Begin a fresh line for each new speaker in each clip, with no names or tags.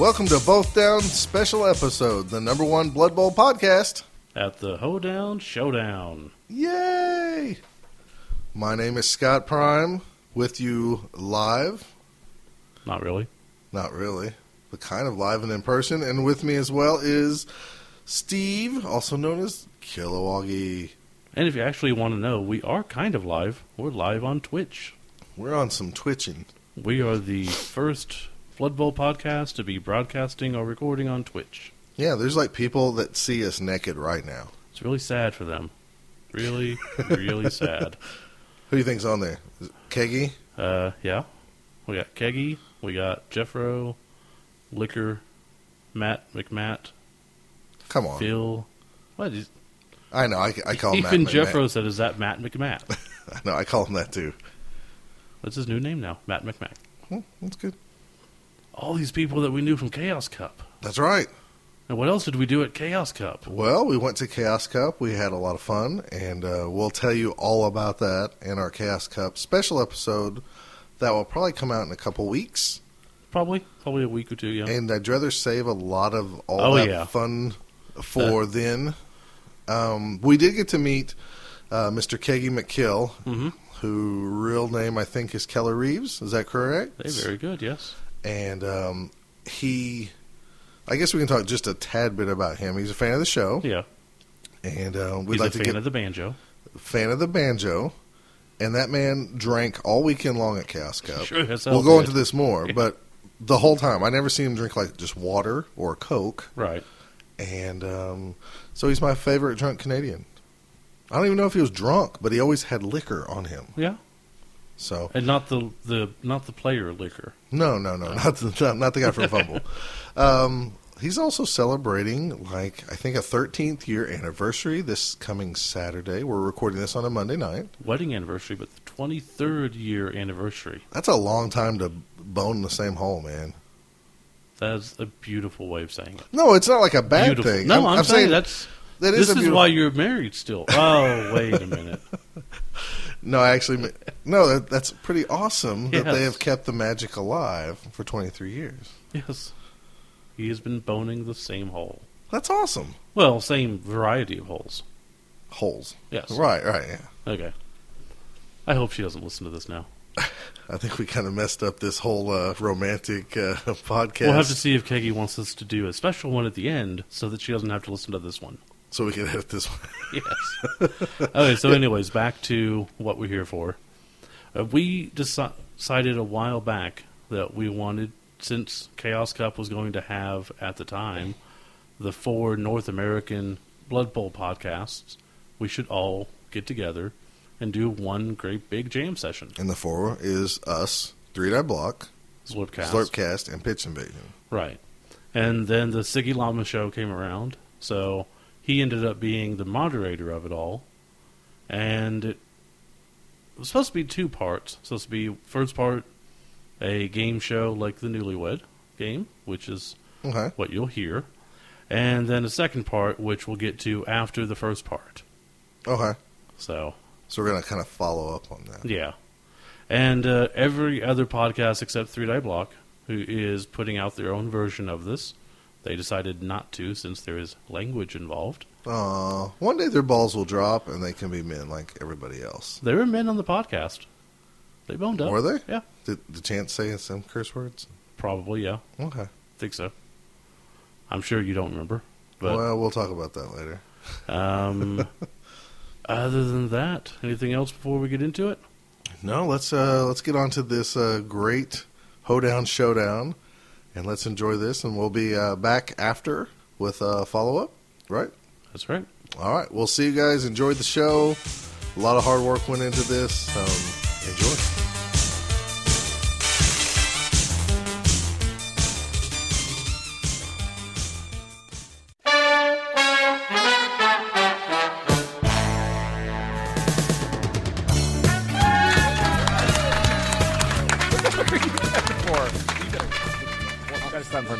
Welcome to Both Down Special Episode, the number one Blood Bowl podcast.
At the Hoedown Showdown.
Yay! My name is Scott Prime, with you live.
Not really.
Not really, but kind of live and in person. And with me as well is Steve, also known as Kilowoggy.
And if you actually want to know, we are kind of live. We're live on Twitch.
We're on some twitching.
We are the first Flood Bowl podcast to be broadcasting or recording on Twitch.
Yeah, there's like people that see us naked right now.
It's really sad for them. Really, really sad.
Who do you think's on there? Is it Keggy?
Uh, yeah. We got Keggy. We got Jeffro, Liquor, Matt McMatt,
Come on.
Phil. What is
I know, I, I call him
Even
Matt McMahon.
Jeffro said, "Is that Matt McMatt?"
I know, I call him that too.
That's his new name now, Matt McMatt.
Hmm, that's good.
All these people that we knew from Chaos Cup.
That's right.
And what else did we do at Chaos Cup?
Well, we went to Chaos Cup. We had a lot of fun, and uh, we'll tell you all about that in our Chaos Cup special episode that will probably come out in a couple weeks.
Probably, probably a week or two. Yeah,
And I'd rather save a lot of all
Oh,
that
yeah.
fun for then. Um, we did get to meet uh, Mr. Keggy McKill,
Mhm.
who real name I think is Keller Reeves. Is that correct?
they're very good. Yes,
and um, he, I guess we can talk just a tad bit about him. He's a fan of the show,
yeah.
and uh, we'd
He's
like to
a fan
get
of the banjo.
fan of the banjo, and that man drank all weekend long at Chaos Cup.
Sure, that sounds
we'll go
good.
into this more,
Yeah.
but the whole time I never seen him drink like just water or Coke,
right.
and um, so he's my favorite drunk Canadian. I don't even know if he was drunk, but he always had liquor on him.
Yeah,
So
and not the the not the player liquor.
no, no, no, not the not, not the guy from Fumble. um, he's also celebrating like I think a 13th year anniversary this coming Saturday. We're recording this on a Monday night.
Wedding anniversary, but the twenty third year anniversary.
That's a long time to bone in the same hole, man.
That's a beautiful way of saying it.
No, it's not like a bad
beautiful.
thing.
No, I'm, saying, that's
that
this
is
is
a beautiful.
why you're married still. Oh, wait a minute.
no, I actually, ma- no, that, that's pretty awesome that
Yes.
they have kept the magic alive for 23 years.
Yes, he has been boning the same hole.
That's awesome.
Well, same variety of holes.
Holes.
Yes.
Right, right. Yeah.
Okay. I hope she doesn't listen to this now.
I think we kind of messed up this whole uh, romantic uh, podcast,
We'll have to see if Keggy wants us to do a special one at the end so that she doesn't have to listen to this one.
so we can edit this one.
Yes. okay, so, anyways, back to what we're here for. Uh, we deci- decided a while back that we wanted, since Chaos Cup was going to have, at the time, the four North American Blood Bowl podcasts, we should all get together and do one great big jam session.
And the four is us, Three Die Block,
Slurpcast.
Slurpcast, and Pitch Invasion.
Right. And then the Siggy Lama show came around, so he ended up being the moderator of it all. And it was supposed to be two parts. supposed to be first part a game show like the Newlywed game, which is
Okay.
what you'll hear, and then a second part which we'll get to after the first part.
Okay.
So
So we're going to kind of follow up on that.
yeah. And uh, every other podcast except Three Die Block, who is putting out their own version of this, they decided not to since there is language involved.
Uh, one day their balls will drop and they can be men like everybody else.
There were men on the podcast. They boned up.
Were they?
Yeah,
Did the chance say some curse words?
probably, yeah.
Okay.
think so. I'm sure you don't remember. But
well, we'll talk about that later.
um, other than that, anything else before we get into it?
No, let's uh, let's get on to this uh, great hoedown showdown, and let's enjoy this. And we'll be uh, back after with a follow up. Right.
That's right.
All right. We'll see you guys. Enjoyed the show. A lot of hard work went into this. Um, enjoy.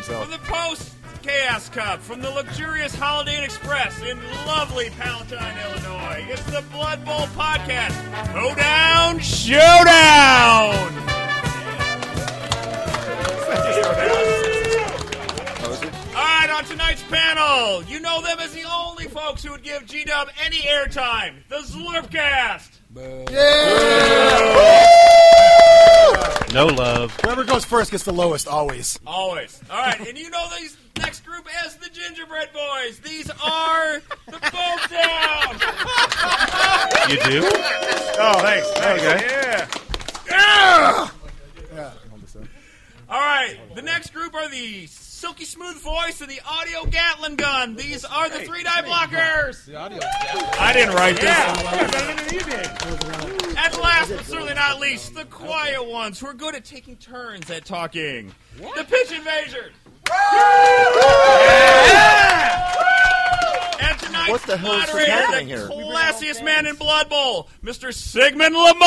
From the post Chaos Cup, from the luxurious Holiday Inn Express in lovely Palatine, Illinois, it's the Blood Bowl Podcast. Go down, showdown! panel. You know them as the only folks who would give G Dub any airtime. The Zlurpcast.
No love.
Whoever goes first gets the lowest always.
Always. All right, and you know these next group as the Gingerbread Boys. These are the Boat Down.
You do?
Oh, thanks.
Okay.
Yeah. All right, the next group are the Silky Smooth Voice and the Audio Gatlin Gun. These are the three die blockers.
I didn't write this.
And last but certainly not least, the quiet ones who are good at taking turns at talking. The Pitch Invaders. And tonight's
What the hell is
moderator,
happening
the
here?
classiest man in Blood Bowl, Mr. Sigmund Lamar.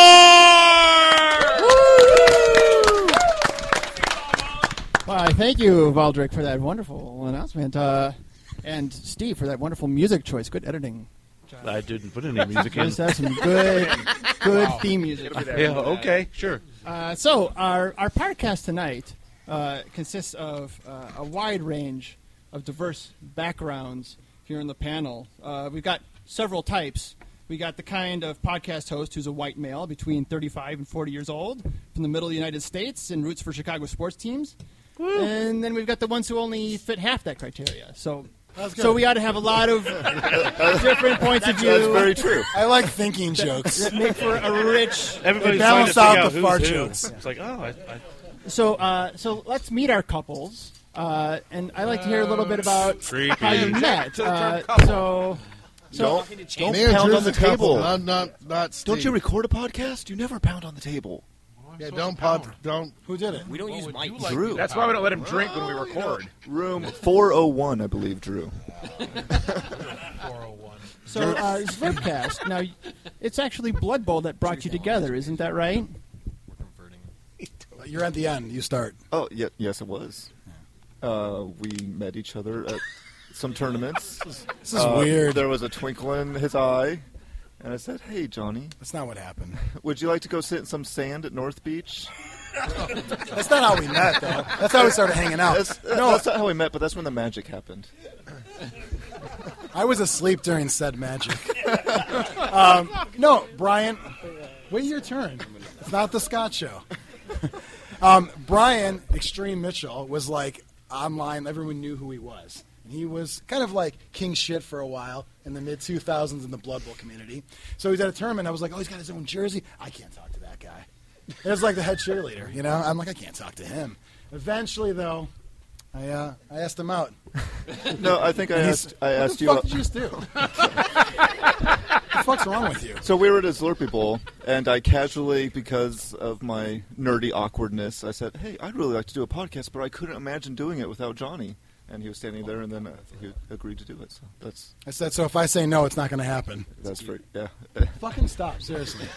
Why, thank you, Valdrick, for that wonderful announcement. Uh, and Steve for that wonderful music choice. Good editing.
I didn't put any music
You
in.
guys have some good, good theme music.
Yeah, okay, sure.
Uh, so our our podcast tonight uh, consists of uh, a wide range of diverse backgrounds here on the panel. Uh, we've got several types. We got the kind of podcast host who's a white male between 35 and 40 years old from the middle of the United States and roots for Chicago sports teams. And then we've got the ones who only fit half that criteria. So, so we ought to have a lot of different points of view.
That's very true.
I like thinking jokes.
that make for a rich
Everybody's trying
balance
to figure
out
out
the
who's
fart
who.
jokes.
It's like, oh, I, I,
So, uh, so let's meet our couples, uh, and I like to hear a little
Uh,
bit about how you met. Uh, so, so
Don't pound on the table.
Not, not, not
Don't you
Steve.
record a podcast? You never pound on the table.
Yeah, don't pop. Don't.
Who did it?
We don't use mics.
Drew.
That's why we don't let him drink when we record.
Room 401, I believe, Drew.
so uh, Zlurpcast. Now, it's actually Blood Bowl that brought you together, isn't that right?
You're at the end. You start.
Oh, yeah, yes, it was. Uh, we met each other at some tournaments.
This is
Uh,
weird.
There was a twinkle in his eye. And I said, hey, Johnny,
That's not what happened.
would you like to go sit in some sand at North Beach?
That's not how we met, though. That's how we started hanging out.
That's, no, that's not how we met, but that's when the magic happened.
I was asleep during said magic. um, no, Brian, wait your turn. It's not the Scott show. um, Brian Extreme Mitchell was like online. Everyone knew who he was. And he was kind of like king shit for a while in the mid 2000s in the Blood Bowl community. So he's at a tournament. I was like, oh, he's got his own jersey. I can't talk to that guy. It was like the head cheerleader, you know? I'm like, I can't talk to him. Eventually, though, I, uh, I asked him out.
No, I think I
He's-
asked, I
what
asked
the
you.
fuck did you just do? what the fuck's wrong with you?
So we were at a Slurpee Bowl, and I casually, because of my nerdy awkwardness, I said, "Hey, I'd really like to do a podcast, but I couldn't imagine doing it without Johnny." And he was standing there, and then uh, he agreed to do it. So that's
I said, so if I say no, it's not going to happen.
that's great. Yeah,
Fucking stop, seriously.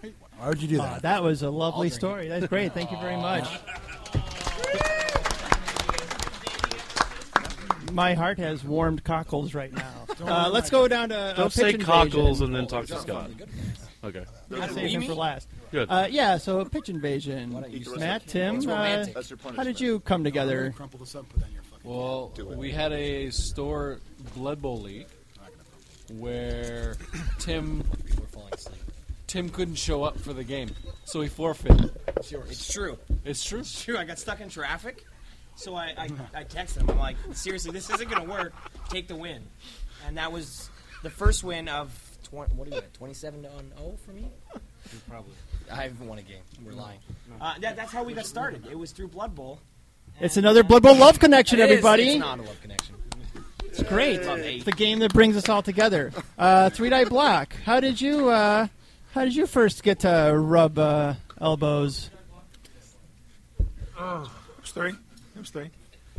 Why would you do
Uh,
that?
that was a lovely story. That's great. Thank you very much. My heart has warmed cockles right now. Uh, let's go down to uh,
don't say
pitch
cockles
invasion.
and then talk to Scott. Okay.
I saved him for last.
Good.
Uh, yeah, so pitch invasion. Matt, Tim, uh,
romantic.
That's your
how did you come together?
Crumple this up, put that in your fucking.
Well, we had a store Blood Bowl league where Tim Tim couldn't show up for the game, so he forfeited.
It's true.
It's true.
It's true. I got stuck in traffic, so I, I, I texted him. I'm like, seriously, this isn't going to work. Take the win. And that was the first win of, tw- what are you at, 27 to 0 for me? Probably. I haven't won a game. We're lying. Uh, that, that's how we got started. It was through Blood Bowl.
It's another Blood Bowl love connection,
It is-
everybody.
It's not a love connection.
It's great.
Love
It's
eight.
the game that brings us all together. Uh, Three die block. How did you? Uh, how did you first get to rub uh, elbows?
Who's three? Who's three?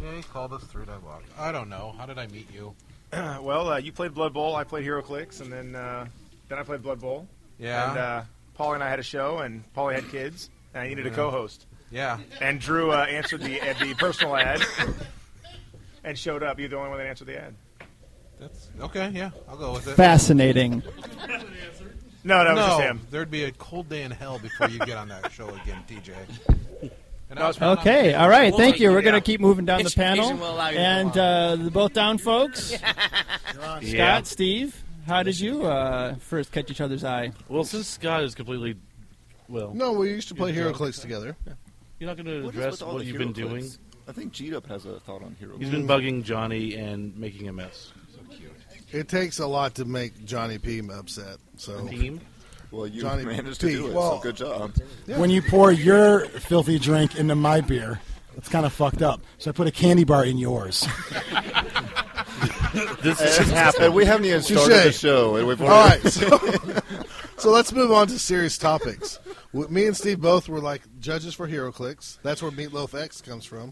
Yeah, you called us through that block. I don't know. How did I meet you?
Uh, well, uh, you played Blood Bowl. I played Hero Clicks, and then uh, then I played Blood Bowl.
Yeah.
And uh, Paulie and I had a show, and Paulie had kids, and I needed a co-host.
yeah.
And Drew uh, answered the uh, the personal ad, and showed up. You're the only one that answered the ad.
That's okay. Yeah, I'll go with it.
Fascinating.
No, that was
no,
just him.
there'd be a cold day in hell before you get on that show again, TJ. And I was planning on
Okay,
taking-
all right,
We'll
thank
take
you.
it,
We're going
yeah.
to keep moving down the
Education
panel.
will allow you to
And
go
uh, the both down folks. Scott, Steve, how did you uh, first catch each other's eye?
Well, since Scott is completely, well,
No, we used to play Hero Clicks together.
you're not going to
What is
address
with all
what
the
you've
hero
been doing.
clicks? I think G-Dup has a thought on hero.
He's been bugging Johnny and making a mess.
It takes a lot to make Johnny P upset. So
Team,
Well, you
Johnny
managed to
P.
do it,
Well-
so good job.
When you pour your filthy drink into my beer, it's kind of fucked up. So I put a candy bar in yours.
this has happened.
And we haven't even started
Touche.
the show, and we've
All
already
right, so, so let's move on to serious topics. W- Me and Steve both were like judges for HeroClix. That's where Meatloaf X comes from.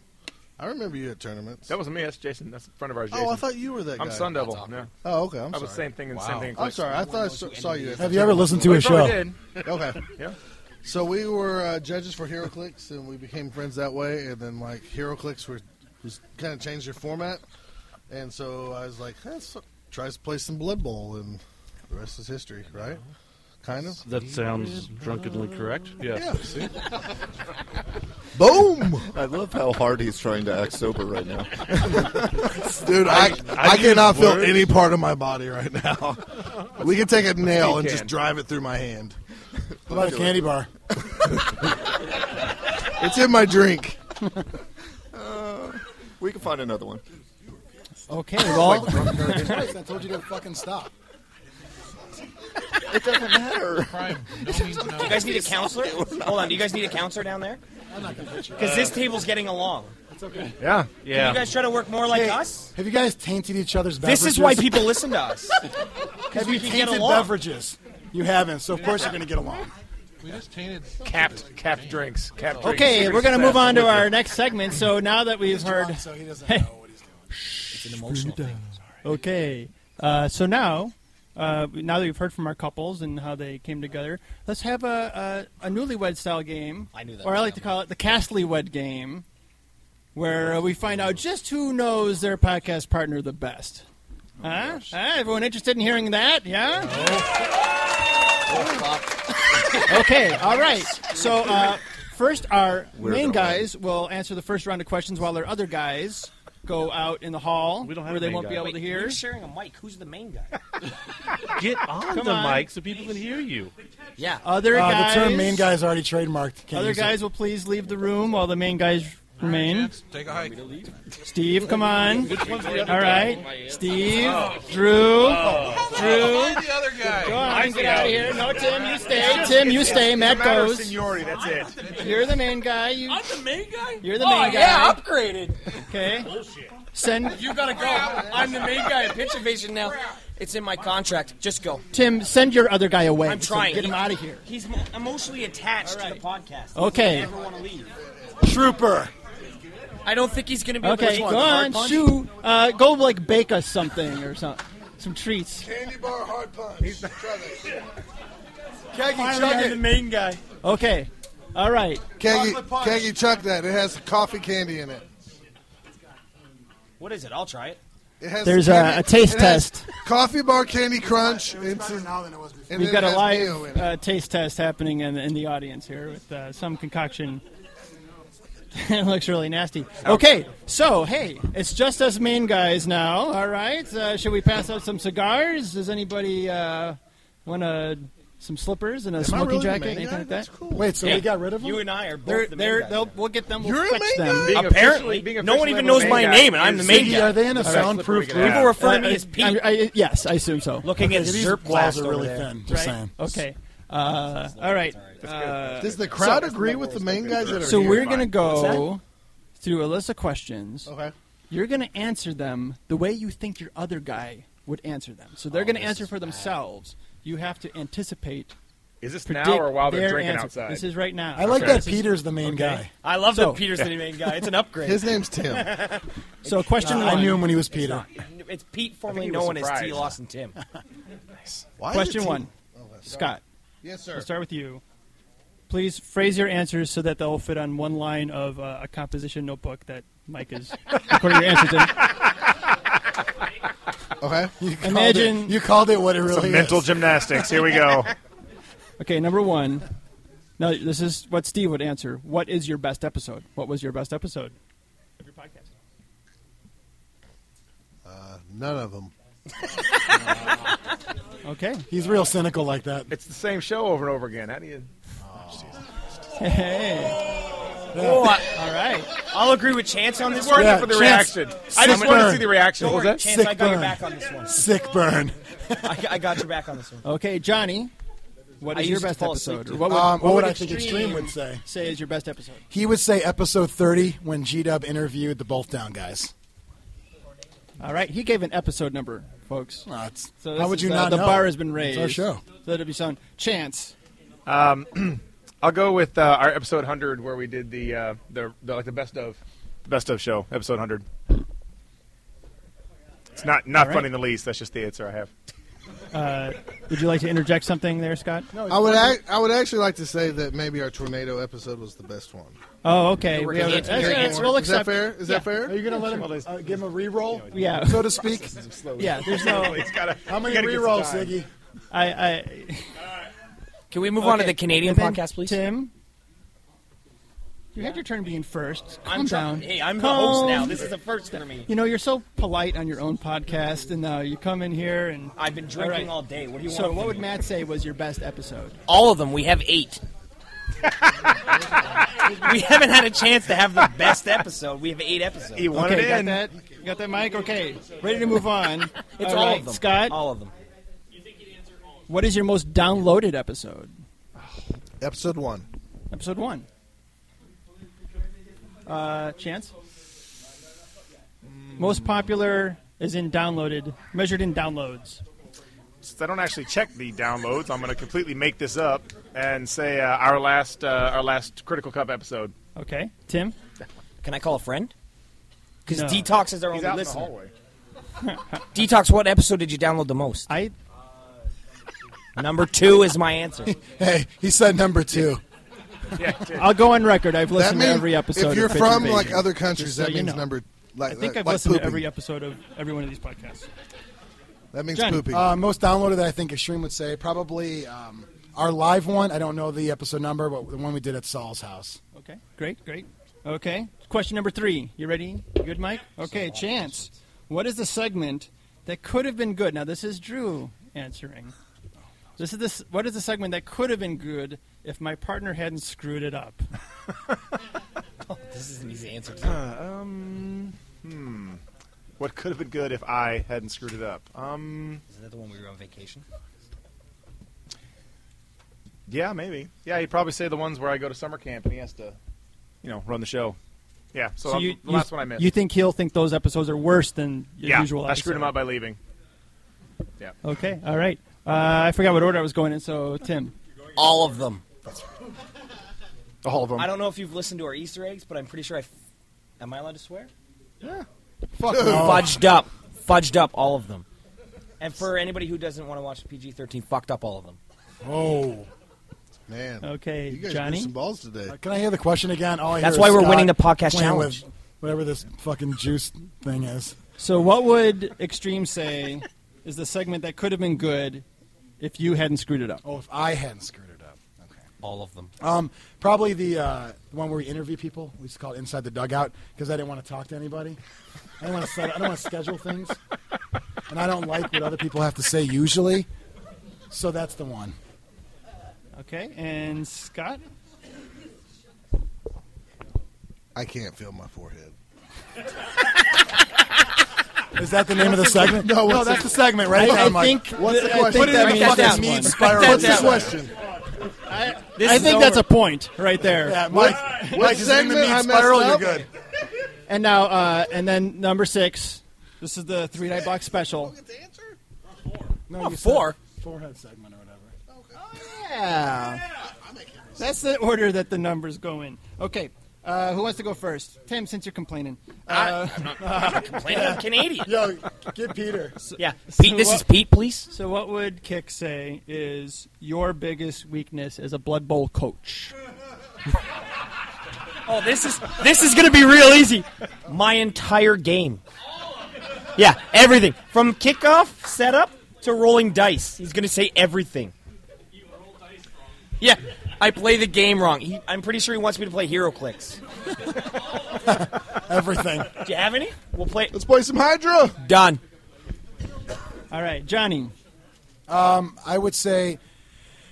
I remember you at tournaments.
That wasn't me. That's Jason. That's in front of our Jason.
oh, I thought you were that guy.
I'm Sun Devil. No,
Oh, okay. I'm
I
sorry.
was same thing and
Wow.
same thing.
I'm sorry. I thought I saw, saw you. At
Have
the
you ever listened to
We
his
probably
show?
did.
Okay.
Yeah.
So we were uh, judges for HeroClix, and we became friends that way. And then like HeroClix were, was kind of changed their format, and so I was like, let's try to play some Blood Bowl, and the rest is history, right? Kind of.
That sounds drunkenly correct. Yeah.
Yeah. See? Boom,
I love how hard he's trying to act sober right now.
dude! I I,
use
cannot feel
words.
any part of my body right now. we can take a nail and
can.
just drive it through my hand.
What about a candy bar?
It's in my drink.
We can find another one.
Okay, well,
Twice, I told you to fucking stop.
It doesn't matter.
Crime. No means no.
You guys need a counselor? Hold on. Do you guys need a counselor down there? Because this table's getting along.
Yeah.
Yeah.
You guys try to work more like us?
Have you guys tainted each other's beverages?
This is why people listen to us.
have
we
you
can get
tainted
along.
beverages. You haven't, so of course you're going to get along.
We just tainted.
Capped, capped drinks. Capped drinks.
okay, we're going to move on to our next segment. So now that we've heard
So he doesn't know what he's doing.
Okay. Uh, so now, uh, now that we've heard from our couples and how they came together, let's have a, a, a newlywed style game. I
knew that
Or
was
I like to call it the Castlywed game, where uh, we find out just who knows their podcast partner the best.
Oh,
Huh? Huh? Everyone interested in hearing that? Yeah? okay, all right. So uh, first, our main guys will answer the first round of questions while our other guys go out in the hall
We don't have
where
a
they
main
won't
guy.
be able
Wait,
to hear.
You're sharing a mic. Who's the main guy?
Get on
Come
the
on.
mic so people can hear you.
Yeah.
Other
Uh,
guys,
the term main guy is already trademarked. Can't
other
use it.
guys will please leave the room while the main guys remain.
Gents, Take a hike.
Steve, come on. All right, Steve, Drew,
Oh.
Drew.
Find the other
Go
guy.
on, get out of here. No, Tim, you stay. Tim, you stay. Matt
Matter of
goes.
seniority. That's it.
You're the main guy. You,
I'm the main guy? Oh,
you're the main
Yeah,
guy.
upgraded.
Okay. Send
You gotta go. I'm the main guy at Pitch Invasion now.
It's in my contract. Just go.
Tim. Send your other guy away.
I'm trying.
Get him out of here.
He's mo- emotionally attached to the podcast. He
Okay.
doesn't ever want to leave.
Trooper.
I don't think he's going to be able
Okay,
to
go
one,
on. Shoot. Uh, go like bake us something or something. Some treats.
Candy bar hard punch.
Keggy, chug it.
main guy.
Okay. All right.
Keggy,
Chocolate punch.
Keggy, chuck that. It has coffee candy in it.
What is it? I'll try it.
It has
There's
candy-
a, a taste
it has
test.
Coffee bar candy crunch. and
Better
some-
now than it was before.
and
We've
then
got
it
a
has mayo
live
in it.
uh, taste test happening in, in the audience here with uh, some concoction. it looks really nasty. Okay, so hey, it's just us main guys now. All right, uh, should we pass out some cigars? Does anybody uh, want to some slippers and a
Am I
smoking
really the
jacket,
main
anything
guy?
like
That's
that?
cool.
Wait, so we got rid of him?
You and I are both
They're,
the main
they're,
guys
they'll,
now.
we'll get them. We'll
You're a
fetch
main
them.
guy?
Being
Apparently,
officially- being
no one
officially
even
the
knows
main
my
guy
name, and I'm
is
the main
Ziggy,
guy.
are they in a soundproof
Slippery
room?
People refer to
Uh,
me as Pete.
I- I- yes, I assume so.
Looking at
Yeah, these
Zerp
walls
Blast
are
over
really
there.
thin. Just saying.
Okay. Uh, all right. Uh,
Does the crowd agree with the main guys that are
So
here?
we're going to go through a list of questions.
Okay.
You're going to answer them the way you think your other guy would answer them. So they're going to answer for themselves. You have to anticipate.
Is this
Predict
now or while they're
their
drinking
answer.
outside?
This is right now.
I like
Okay.
that Peter's the main guy.
I love
So-
that Peter's the main guy. It's an upgrade.
His name's Tim.
So
Uh,
question one.
I knew him when he was Peter.
it's Pete, formerly
he was
known as T.
surprised.
Lawson Tim.
Why is
question
it Tim?
one.
Oh,
Scott,
Yes,
we'll
sir.
start with you. Please phrase your answers so that they'll fit on one line of uh, a composition notebook that Mike is recording your answers in.
Okay.
Imagine.
You called it what it really is.
Mental gymnastics. Here we go.
Okay, number one. Now, this is what Steve would answer. What is your best episode? What was your best episode?
Of your podcast.
Uh, none of them.
Okay.
He's real cynical like that.
It's the same show over and over again. How do you?
Hey.
Oh, I- all right. I'll agree with Chance on this
Worth
one.
it Yeah, for the Chance. reaction. I just
wanted to
see the reaction.
Don't
What was
worry,
that?
Chance,
Sick
I got your
burn.
back on this one.
Sick burn.
I, I got your back on this one.
Okay, Johnny. What
I
is your
used to
best
fall asleep,
episode?
too.
Or What would,
Um,
what
what
would
I think Extreme would say?
Say is your best episode.
He would say episode 30 when G Dub interviewed the Both Down guys.
All right, he gave an episode number, folks.
that's-
so
how
this
would
is,
you
uh,
not
The
know?
bar has been
It's
raised.
our show.
So it'll be some chance.
Um, I'll go with uh, our episode 100 where we did the, uh, the the like the best of the best of show episode 100. It's not not
All right.
funny in the least. That's just the answer I have.
Uh, would you like to interject something there, Scott?
I would ac- I would actually like to say that maybe our tornado episode was the best one.
Oh, okay.
We're
We have,
gonna
that's,
get to
that's,
the-
we'll
Is that
accept-
fair? Is
yeah.
that fair?
Are you going to let him uh, give him a re-roll?
Yeah.
So to speak?
Yeah, there's no.
How many re-rolls, Ziggy?
I. I
Can we move on to
Okay,
the Canadian
and then
podcast, please?
Tim, you had your turn being first. Calm
I'm
down.
trying. Hey, I'm the host
Calm
now. This is the first for me.
You know, you're so polite on your own podcast, and now you come in here and
I've been drinking
right.
all day. What do you
so
want?
what
from
would
me?
Matt say was your best episode?
All of them. We have eight. we haven't had a chance to have the best episode. We have eight episodes.
He wanted
okay, got
in.
that? You got that, Mike? Okay, ready to move on.
It's all,
right,
of them.
Scott,
All of them.
what is your most downloaded episode?
Episode one.
Episode one. Uh, chance. Most popular is in downloaded, measured in downloads.
Since I don't actually check the downloads, I'm going to completely make this up and say uh, our last uh, our last Critical Cup episode.
Okay, Tim.
Can I call a friend? Because
No.
Detox is our
He's
only
out in the
listener.
hallway.
Detox, what episode did you download the most?
I
Number two is my answer.
Hey, he said number two.
I'll go on record. I've listened to
means-
every episode.
If you're
of Bitch
from
Invasion,
like other countries,
just so
that
you
means
know.
number. Like,
I think
uh,
like,
I've listened
pooping.
to every episode of every one of these podcasts. um,
That means
Johnny,
pooping.
Uh, most downloaded that I think Extreme would say probably um, our live one. I don't know the episode number, but the one we did at Saul's house.
Oh.
Okay, great, great. Okay, question number three. You ready? You Good, Mike. Okay, chance. What is the segment that could have been good? Now this is Drew answering. This is this. What is the segment that could have been good if my partner hadn't screwed it up?
this is an easy answer. Too.
Um, hmm. What could have been good if I hadn't screwed it up? Um,
Is that the one we were on vacation?
yeah, maybe. Yeah, he'd probably say the ones where I go to summer camp and he has to, you know, run the show. Yeah, so, I'm- the last one I missed.
You think he'll think those episodes are worse than your
yeah,
usual?
I screwed him
episode?
up by leaving.
Okay, all right. Uh, I forgot what order I was going in. So Tim.
All of them.
All of them.
I don't know if you've listened to our Easter eggs, but I'm pretty sure I. F- Am I allowed to swear?
Fuck
Fudged up. Fudged up all of them. And for anybody who doesn't want to watch PG 13, fucked up all of them.
Oh.
Man,
Okay,
you guys
Johnny.
moved some balls today.
Can I hear the question again? All I hear
That's
is
why we're
Scott
winning the podcast
playing
challenge.
With whatever this fucking juice thing is.
So, what would Extreme say is the segment that could have been good if you hadn't screwed it up?
Oh, if I hadn't screwed it up. Okay.
All of them.
Um, probably the uh, the one where we interview people. We used to call it Inside the Dugout because I didn't want to talk to anybody. I don't want to set, I don't want to schedule things, and I don't like what other people have to say usually. So that's the one.
Okay, and Scott?
I can't feel my forehead.
Is that the name of the segment? No, that's the segment right there.
I,
I'm like,
think
Oh What's the
I
question?
think that
Write
means
that
that's
down.
one.
Means
What's the
That's
question?
This
I
is
think
over.
that's a point right there.
yeah, Mike,
What
Mike is in the
segment I
meat
messed
spiral. You're
up?
good.
And now, uh, and then number six. This is the three night box special.
No,
Oh,
you said
four.
forehead segment or whatever.
Yeah. That's the order that the numbers go in. Okay. Uh, who wants to go first? Tim, since you're complaining. Uh,
Complaining I'm Canadian.
Yo, get Peter.
Yeah. Pete, this
what-
is Pete, please.
so, what would Kick say is your biggest weakness as a Blood Bowl coach?
Oh, this is this is gonna be real easy. My entire game. Yeah, everything from kickoff setup to rolling dice. He's gonna say everything. Yeah, I play the game wrong. He, I'm pretty sure he wants me to play Hero Clicks.
Everything.
Do you have any? We'll play.
Let's play some Hydra.
Done.
All right, Johnny.
Um, I would say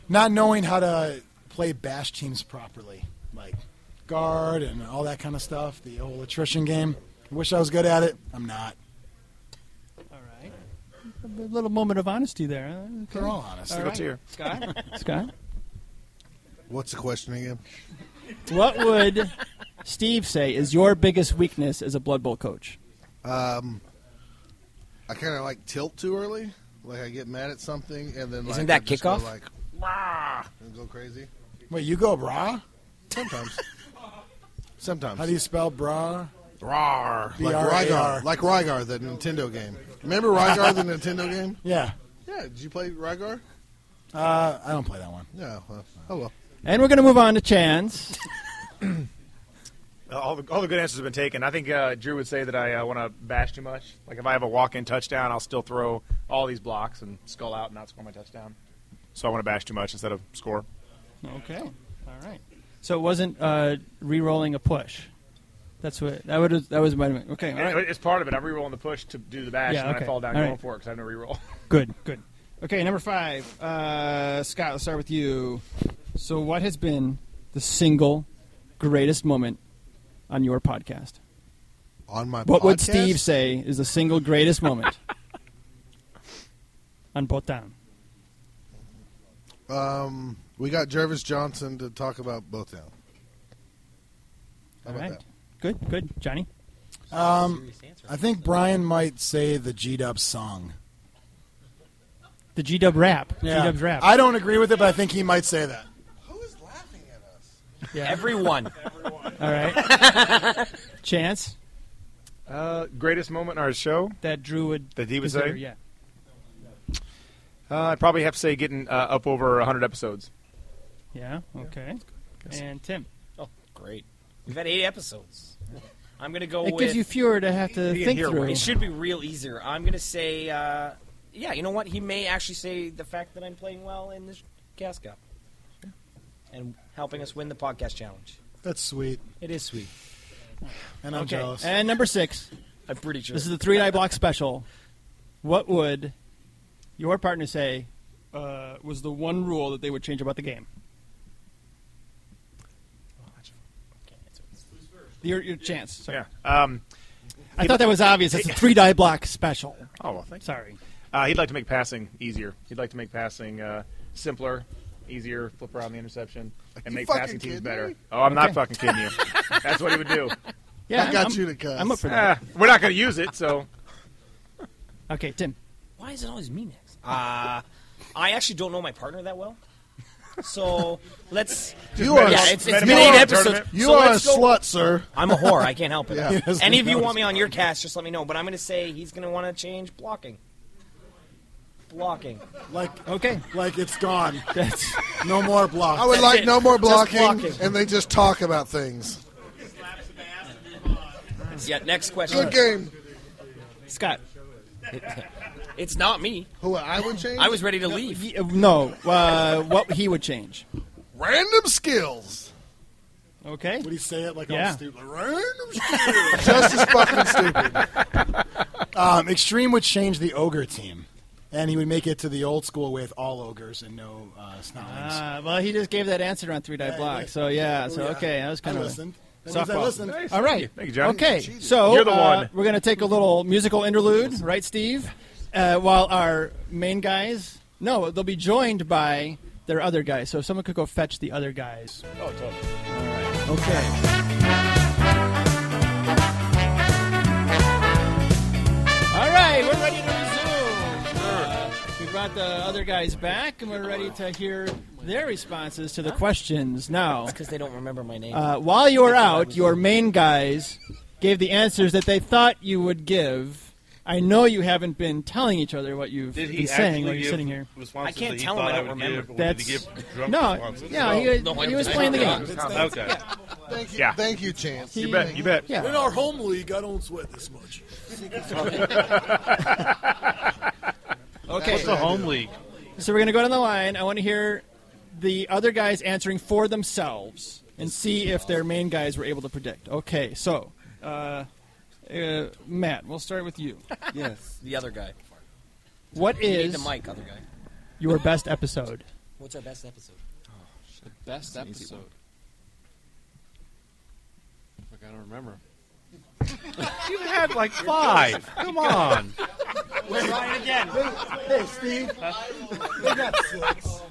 not knowing how to play bash teams properly, like guard and all that kind of stuff, the whole attrition game. I wish I was good at it. I'm not.
A little moment of honesty there. huh? Okay.
They're all honest.
All
Little
right.
tear.
Scott? Scott?
What's the question again?
What would Steve say is your biggest weakness as a Blood Bowl coach?
Um, I kind of like tilt too early. Like I get mad at something and then
Isn't
like,
that
I just go
kickoff?
Like, rah, and go crazy.
Wait, you go bra?
Sometimes. Sometimes.
How do you spell bra?
Rawr. Like
B-R-A-R.
Rygar. Like Rygar, the Nintendo game. Remember Rygar, the Nintendo game?
Yeah.
Yeah. Did you play Rygar?
Uh, I don't play that one.
No. Uh, oh well.
And we're going to move on to Chance.
Uh, all, the, all the good answers have been taken. I think uh, Drew would say that I uh, want to bash too much. Like if I have a walk-in touchdown, I'll still throw all these blocks and skull out and not score my touchdown. So I want to bash too much instead of score.
Okay. All right. So it wasn't uh, re-rolling a push. That's what that would that was my okay. All right.
It- It's part of it. I'm rerolling the push to do the bash,
Yeah,
and then
okay.
I fall down
All
going
right.
for it because I have no reroll.
Good. Good. Okay. Number five. Uh, Scott, let's start with you. So, what has been the single greatest moment on your podcast?
On my
What would
podcast?
Steve say is the single greatest moment on both down?
Um, we got Jervis Johnson to talk about both now. How
All
about
right.
that?
Good. Good. Johnny.
Um, I think Brian might say the G Dub song.
The G Dub rap.
Yeah.
G Dub's rap.
I don't agree with it, but I think he might say that.
Yeah.
Everyone.
All right. Chance
Uh, greatest moment in our show
that Drew would
that he would
consider-
say.
Yeah.
Uh, I'd probably have to say getting uh, up over 100 episodes.
Yeah. Okay. And Tim.
Oh, great. We've had eight episodes. I'm gonna go.
It
with,
gives you fewer to have to think through.
It should be real easier. I'm gonna say, uh, yeah. You know what? He may actually say the fact that I'm playing well in this Gas Cup and helping us win the podcast challenge.
That's sweet.
It is sweet.
And I'm
okay.
jealous.
And number six.
I'm pretty sure.
This is the three die block special. What would your partner say uh, was the one rule that they would change about the game? Your, your chance. Sorry.
Um,
I thought that was obvious. It's a three die block special.
Oh, well, thank you.
Sorry.
Uh, he'd like to make passing easier. He'd like to make passing uh, simpler, easier, flip around the interception, and
you
make
fucking
passing teams
kidding
better.
me?
Oh, I'm not
Okay.
fucking kidding you. That's what he would do.
Yeah, I got I'm- you to cuss. I'm up for that.
Ah, we're not going to use it, so.
Okay, Tim.
Why is it always me next? Uh, I actually don't know my partner that well. So let's.
You are
yeah,
a-
it's, it's
you
been
are
eight
a-
episodes.
You
so
are a
let's go-
slut, sir.
I'm a whore. I can't help it.
Yeah. He doesn't
Any of you
know
want me
his
on your cast, just let me know. But I'm going to say he's going to want to change blocking. Blocking.
Like
okay,
like it's gone. no more blocks.
I would
That's
like
it.
no more
Just
blocking,
blocking.
and they just talk about things.
Yeah. Next question.
Good game.
Scott.
It's not me.
Who I would change?
I was ready to leave.
Uh, No, uh, what he would change.
Random skills.
Okay.
Would he say it like
Yeah.
all stupid?
Random skills. Just as fucking stupid.
Um, Extreme would change the ogre team, and he would make it to the old school with all ogres and no uh, snarlings.
Ah.
Uh, well, he just gave that answer on three die block. So yeah. So
Oh, Yeah.
okay, that was kind
I
of
listened. That means I
softball.
listened. Nice.
All right.
Thank you, John.
Okay,
Cheated.
so
You're the
uh,
one.
we're gonna take a little musical interlude, right, Steve? Uh, while our main guys, no, they'll be joined by their other guys. So if someone could go fetch the other guys.
Oh, totally.
Okay. All right, we're ready to resume. Uh, we brought the other guys back, and we're ready to hear their responses to the questions now.
Because they don't remember my name.
Uh, while you were out, your main guys gave the answers that they thought you would give. I know you haven't been telling each other what you've
Did he
been saying
actually
while you're
give
sitting here.
responses
I can't
that he
tell him
thought
I don't
would
remember.
give, or
That's
did he give drunk
no,
responses?
yeah. he, he was playing the game.
Okay.
Thank you.
Yeah.
Thank you, Chance.
You bet. You bet.
Yeah.
our home league, I don't sweat this much.
Okay.
What's the home league?
So we're gonna go down the line. I want to hear the other guys answering for themselves and see if their main guys were able to predict. Okay, so uh, uh, Matt, we'll start with you.
Yes. The other guy.
What
You need
is
the mic, other guy.
your best episode?
What's our best episode?
The Oh, best episode. Fuck, I don't remember.
You had like
five. Come on.
Let's try it again.
Hey, Steve.
They got six.
Oh.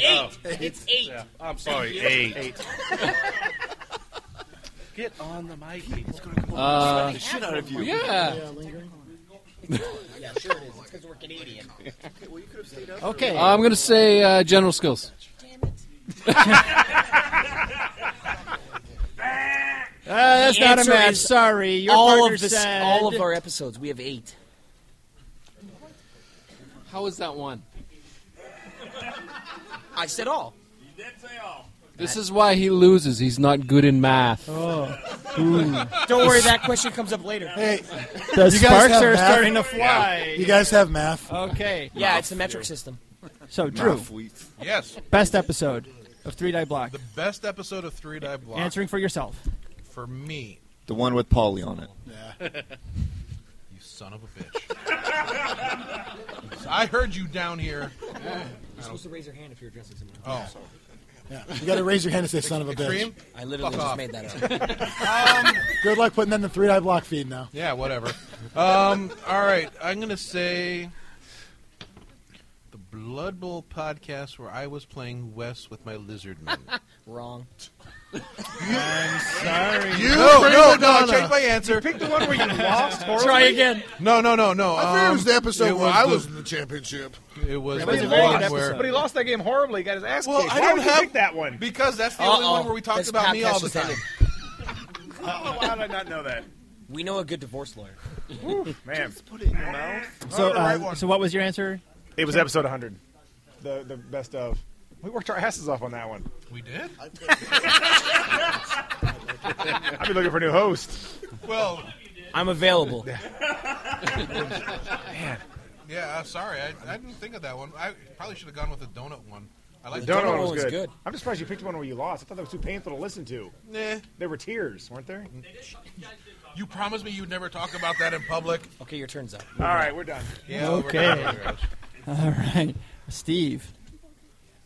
Eight.
It's eight.
Yeah,
I'm sorry, eight.
Get on the mic. It's going to
Uh, Yeah.
yeah, sure it is. It's because we're Canadian. well, you could have stayed up.
Uh, I'm going to say uh, general skills.
Uh, that's
The
not a
answer
match.
is
Sorry, your
all
partner
of this,
said
all of our episodes. We have eight.
How is that one?
I said all.
This is why he loses. He's not good in math.
Oh.
Don't worry, that question comes up later.
Hey,
The
You guys
sparks
have
are
math?
starting to
Yeah.
fly.
You guys have math?
Okay.
Yeah, it's the metric system.
So Drew,
Yes.
best episode of Three Die Block.
The best episode of Three Die Block
Answering for yourself.
for me.
The one with Polly on it.
You son of a bitch. I heard you down here.
You're supposed to raise your hand if you're addressing someone.
Oh.
Yeah. You got to raise your hand and say "son of a bitch."
Extreme?
I literally
Fuck
just
off.
made that
up. um,
Good luck putting that in the three die block feed now.
Yeah, whatever. um, all right, I'm gonna say the Blood Bowl podcast where I was playing Wes with my lizard men.
Wrong.
I'm sorry.
You no,
bring
no,
it
no! I
down.
changed my answer.
Pick the one where you lost. Horribly.
Try again.
No, no, no, no.
I figured it
um,
was the episode
it
where
was
I
the-
was in the championship.
It was
But
the one
it was a very good
where.
episode.
But he lost that game horribly. He got his ass
Well,
kicked.
I
Why
don't
would you
have
pick that one.
because that's the only
Uh-oh.
one where we talked
This
about me
podcast
all the
is
time.
How did I not know that?
We know a good divorce lawyer.
Man,
Put it in your mouth.
So,
Oh, the right
uh,
one.
so what was your answer?
it was episode 100. The the best of. We worked our asses off on that one.
We did.
I've been looking for a new host.
Well,
I'm available.
yeah. I'm sorry, I, I didn't think of that one. I probably should have gone with the donut one. I like
Donut,
Donut
was,
one was
good.
good.
I'm just surprised you picked one where you lost. I thought that was too painful to listen to.
Nah.
There were tears, weren't there?
You promised me you'd never talk about that in public.
Okay, your turn's up.
All right, we're done.
Yeah, we're
Okay.
done.
All right, Steve.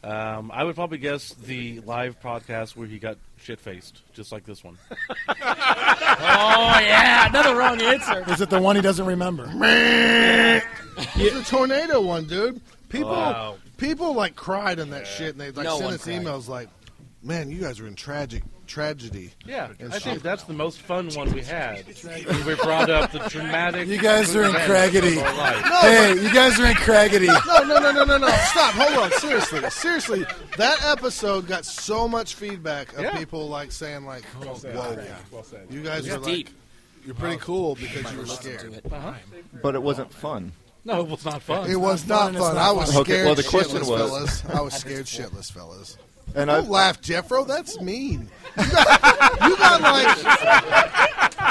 Um, I would probably guess the live podcast where he got shit faced, just like this one.
Oh yeah, another wrong answer.
Is it the one he doesn't remember?
It's the tornado one, dude. People,
Wow.
people like cried in that shit, and they like
No
sent
one
us
cried.
emails like, "Man, you guys were in tragic tragedy."
Yeah,
And
I think
shit.
that's the most fun one we had. When we brought up the traumatic.
You guys are in
events
Craggedy.
of our life.
Hey, you guys are in Craggedy.
No, no, no, no, no, no. Stop. Hold on. Seriously, seriously. That episode got so much feedback of people like saying like, "Oh, "Whoa,
Well said.
you guys are like,
deep.
you're pretty cool because you were
Do
scared."
it.
But it wasn't fun.
No, it was not fun.
It was not
it's
fun.
not
I was
fun. Okay,
scared
well, the question
shitless,
was-
fellas. I was scared shitless, fellas.
And I
Don't laugh, Jeffro. That's mean. you got like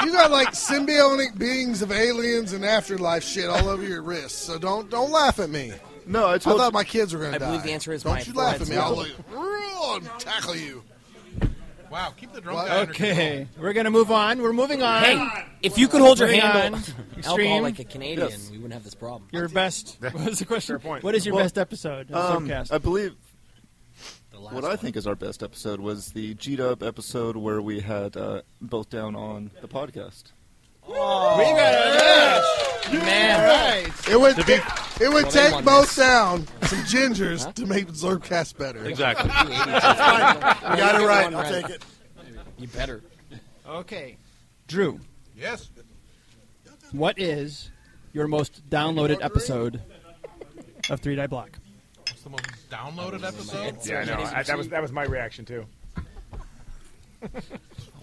you got like symbiotic beings of aliens and afterlife shit all over your wrists. So don't don't laugh at me.
no, I
I
told
thought my kids were gonna
I
die.
believe the answer is
don't
my
you laugh at me? I'll
forehead's
like, "Run, tackle you.
Wow, keep the drunk
What?
guy under control.
Okay, we're gonna move on. We're moving on.
Hey, if you could hold your
Bring
hand
on.
on
Extreme.
alcohol like a Canadian,
Yes.
we wouldn't have this problem.
Your best. What's the question?
Fair point.
What is your
Well,
best episode?
you,
Of
um,
Slurpcast?
I believe
The
what I think is our best episode was the G Dub episode where we had uh, both down on the podcast.
Oh. man.
It would
be-
it, it would
Well, they
take
won
both down some gingers to make Zergcast better.
Exactly.
You got it right.
One
I'll
right.
take it.
You better.
okay, Drew.
Yes.
What is your most downloaded episode of Three Die Block?
It's the most downloaded episode.
Yeah, I know. I, that was that was my reaction too.
I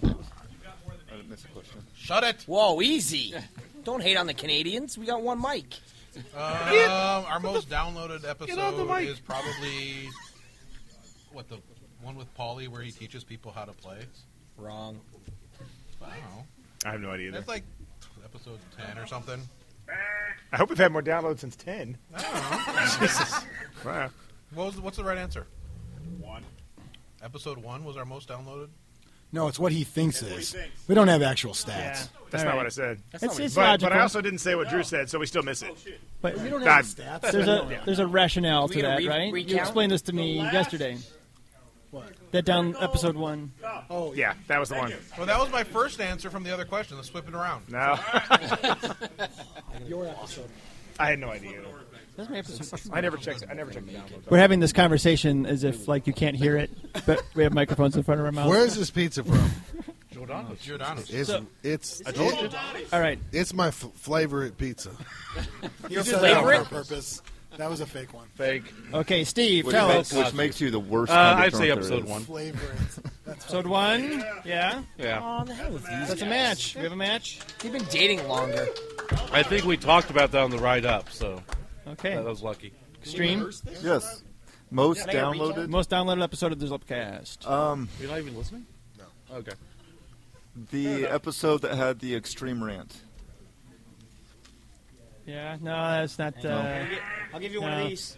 didn't miss a question.
Shut it.
Whoa, easy. Don't hate on the Canadians. We got one mic.
Um, our most downloaded
on the
episode
mic.
is probably what the one with Paulie where he teaches people how to play.
Wrong.
I don't know.
I have no idea. Either.
That's like episode ten or something.
I hope we've had more downloads since ten.
Oh.
I don't know.
Wow.
What was the, what's the right answer? One. Episode one was our most downloaded.
No, it's what he thinks
That's what he
is.
thinks.
We don't have actual stats.
That's not what I said.
That's not It's- what he it's
but,
said.
but I
logical.
also didn't say what Drew said, so we still miss it.
But
we don't have stats.
There's a
Yeah.
there's a rationale to
We gonna
that,
re-
right? You
recount?
explained this to me yesterday. What? That down episode one.
Oh, yeah, that was the one.
Well, that was my first answer from the other question. Let's flip it around.
No.
Your episode.
I had no idea.
That's my episode.
I never checked. I never checked the download.
We're having this conversation as if like you can't hear it, but we have microphones in front of our mouths.
Where is this pizza from?
Giordano's. Giordano's.
It's
So-
it's
I told you.
All right.
It's my f- favorite pizza.
You said that on purpose. That was a fake one.
Fake.
Okay, Steve,
Which
tell
makes-
us.
which makes you the worst Uh, kind of I'd drunk say there episode is. one.
Flavor
Episode one. Yeah.
Yeah. Aw, the hell with you
That's a
guys.
match. We have a match.
You've been dating longer.
I think we talked about that on the ride up, so.
Okay.
That was lucky.
Stream.
Yes. Most
Can I get a
downloaded-
recap? Most downloaded episode of the Zlopcast.
Um,
You're not even listening? No. Okay.
The episode that had the extreme rant.
Yeah. No, that's not. Uh,
I'll gi- I'll give you one
no.
of these.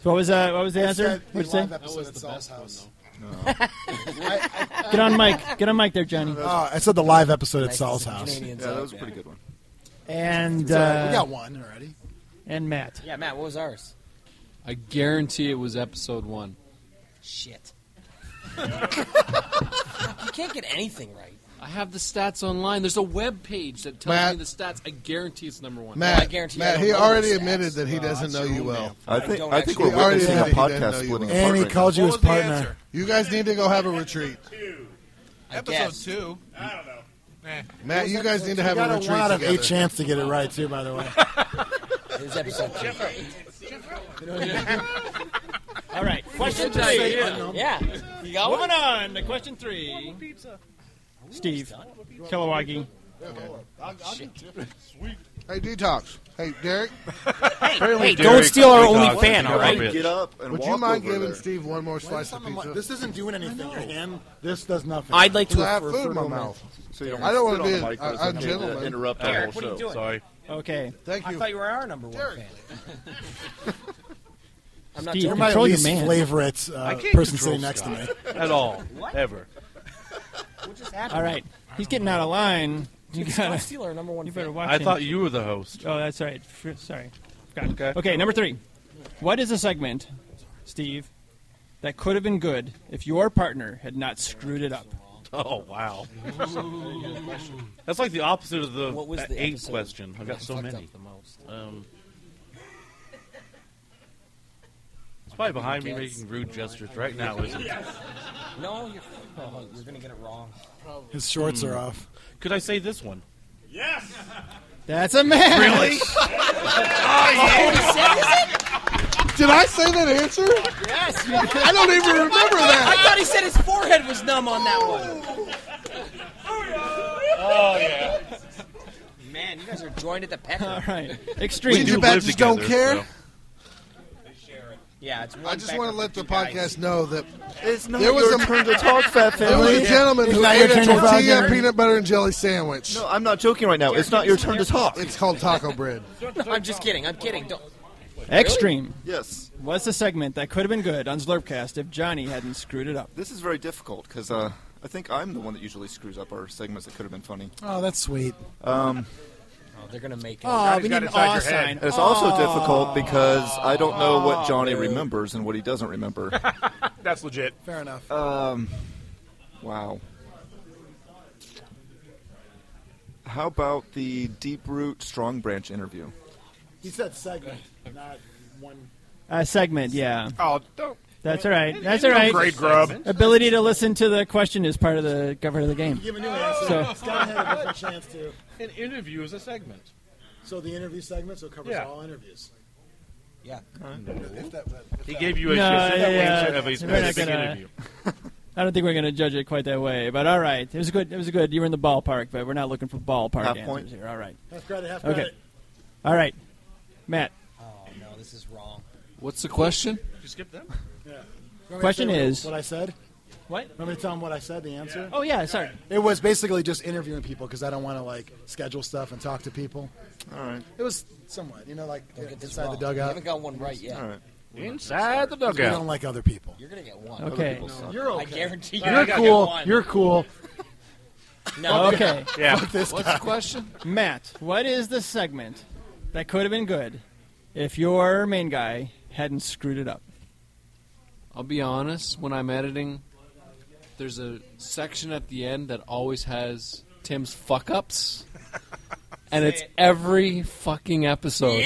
So what was uh, what was the
It's
answer?
that- the
What'd you
live
say?
episode at Saul's house.
Get on mic. Get on mic there, Johnny.
Oh, I said the live episode at Saul's house.
good one.
And
So,
uh,
we got one already.
And Matt.
Yeah, Matt, what was ours?
I guarantee it was episode one.
Shit. you can't get anything right.
I have the stats online. There's a web page that tells
Matt.
me the stats. I guarantee it's number one.
Matt, Matt, he already admitted that he doesn't know you well.
I think- I think we're
He already
witnessing
admitted
a
he
podcast
doesn't know you
splitting
well.
apart And he right called now. you What his was the partner. answer?
You guys need to go have a retreat.
episode
guess.
two. Eh. I don't know.
Matt, you guys need to have
got a
a retreat
one out of
together.
eight chance to get it right too. By the way,
It's episode two.
All right. Question
Good night,
three.
yeah. Yeah. You got
Moving
one?
on to question three. Steve Kilowagi.
Sweet. Hey, detox. Hey, Derek.
hey, hey, don't Derek, steal our Detox, OnlyFan, you all right? dumb bitch.
Get up and Would you
walk
mind
over
giving
there.
Steve one more slice of
something
pizza?
like- this isn't doing anything. Your hand, this does nothing.
I'd like to-
Because I have
For-
food in my
for-
mouth.
So you don't I don't wanna sit on be the mic a- a- a gentleman.
Derek, what are you doing?
Okay.
Thank
I
you.
thought you were our number one fan. I'm not
Steve,
joking.
You're my
Control your
least
man.
favorite
I
uh,
can't
person
control
sitting next to me.
Scott.
At all. Ever.
What just happened?
All right. He's getting out of line. You
Dude,
gotta.
Scott Steeler, number one
You better
fan.
watch
I
him.
thought you were the host.
Oh, that's right. F- Sorry. Got it. Okay. number three. What is a segment, Steve, that could have been good if your partner had not screwed it up?
Oh, wow. That's like the opposite of the,
What was
uh,
the
eight
episode
question. I've got
that
so
fucked up
many.
the most?
Um, it's probably behind me making rude gestures right now, isn't it?
No, you're, oh, you're going to get it wrong.
His shorts are off.
Hmm. Could I say this one?
Yes.
That's a man.
Really?
Did I say that answer?
Yes.
I don't even remember that.
I thought he said his forehead was numb on that one.
Oh, yeah.
Man, you guys are joined at the pecker.
All right. Extreme.
We do live together, so.
Yeah, it's one
I just
pecker
want
for
to let the
two guys.
podcast know that
it's not
there was
your
a
turn to talk, fat
There was a
family.
gentleman
It's
who
not your
ate a
turn to talk,
tortilla
Gary.
peanut butter and jelly sandwich.
No, I'm not joking right now. It's not your turn to talk.
It's called taco bread.
No, I'm just kidding. I'm kidding. Don't.
Extreme.
Yes.
What's a segment that could have been good on Slurpcast if Johnny hadn't screwed it up?
This is very difficult because uh, I think I'm the one that usually screws up our segments that could have been funny.
Oh, that's sweet.
Um,
Oh, they're gonna make it.
Oh, we need an aw sign.
and it's also difficult because I don't know what Johnny remembers and what he doesn't remember.
That's legit.
Fair enough.
Um, wow. How about the Deep Root Strong Branch interview?
He said segment, not one.
A segment, yeah.
Oh, don't.
That's all right.
Ain't
That's
no
all right.
grade grub.
Ability to listen to the question is part of the part of the game.
Give a new answer.
So-
Scott had a different chance to.
An interview is a segment.
So the interview segment so it covers
Yeah.
all interviews.
Yeah.
If that, if
He
that-
gave you a
No,
shit
yeah,
of a
we're not
specific
gonna-
interview.
I don't think we're going to judge it quite that way, but all right. It was good. It was good. You were in the ballpark, but we're not looking for ballpark
Half
answers
point.
here. All right.
half credit, half
Okay.
credit.
All right. Matt,
Oh no, this is wrong.
What's the question?
Did you skip them?
You want me to
Question
say
is-
what I said.
What?
Let me to tell him what I said. The answer.
Oh yeah, sorry.
It was basically just interviewing people because I don't want to like schedule stuff and talk to people.
All right.
It was somewhat, you know, like
Don't get this
inside
wrong.
the
You
dugout.
haven't got one right yet.
All right.
Inside the dugout.
We don't like other people.
You're gonna get one.
Okay.
You're okay. I guarantee you.
You're cool. You're cool.
No.
Okay.
Yeah.
Fuck this
What's
guy.
the question?
Matt, what is the segment that could have been good if your main guy hadn't screwed it up?
I'll be honest, when I'm editing, there's a section at the end that always has Tim's fuck ups. And it's every fucking episode.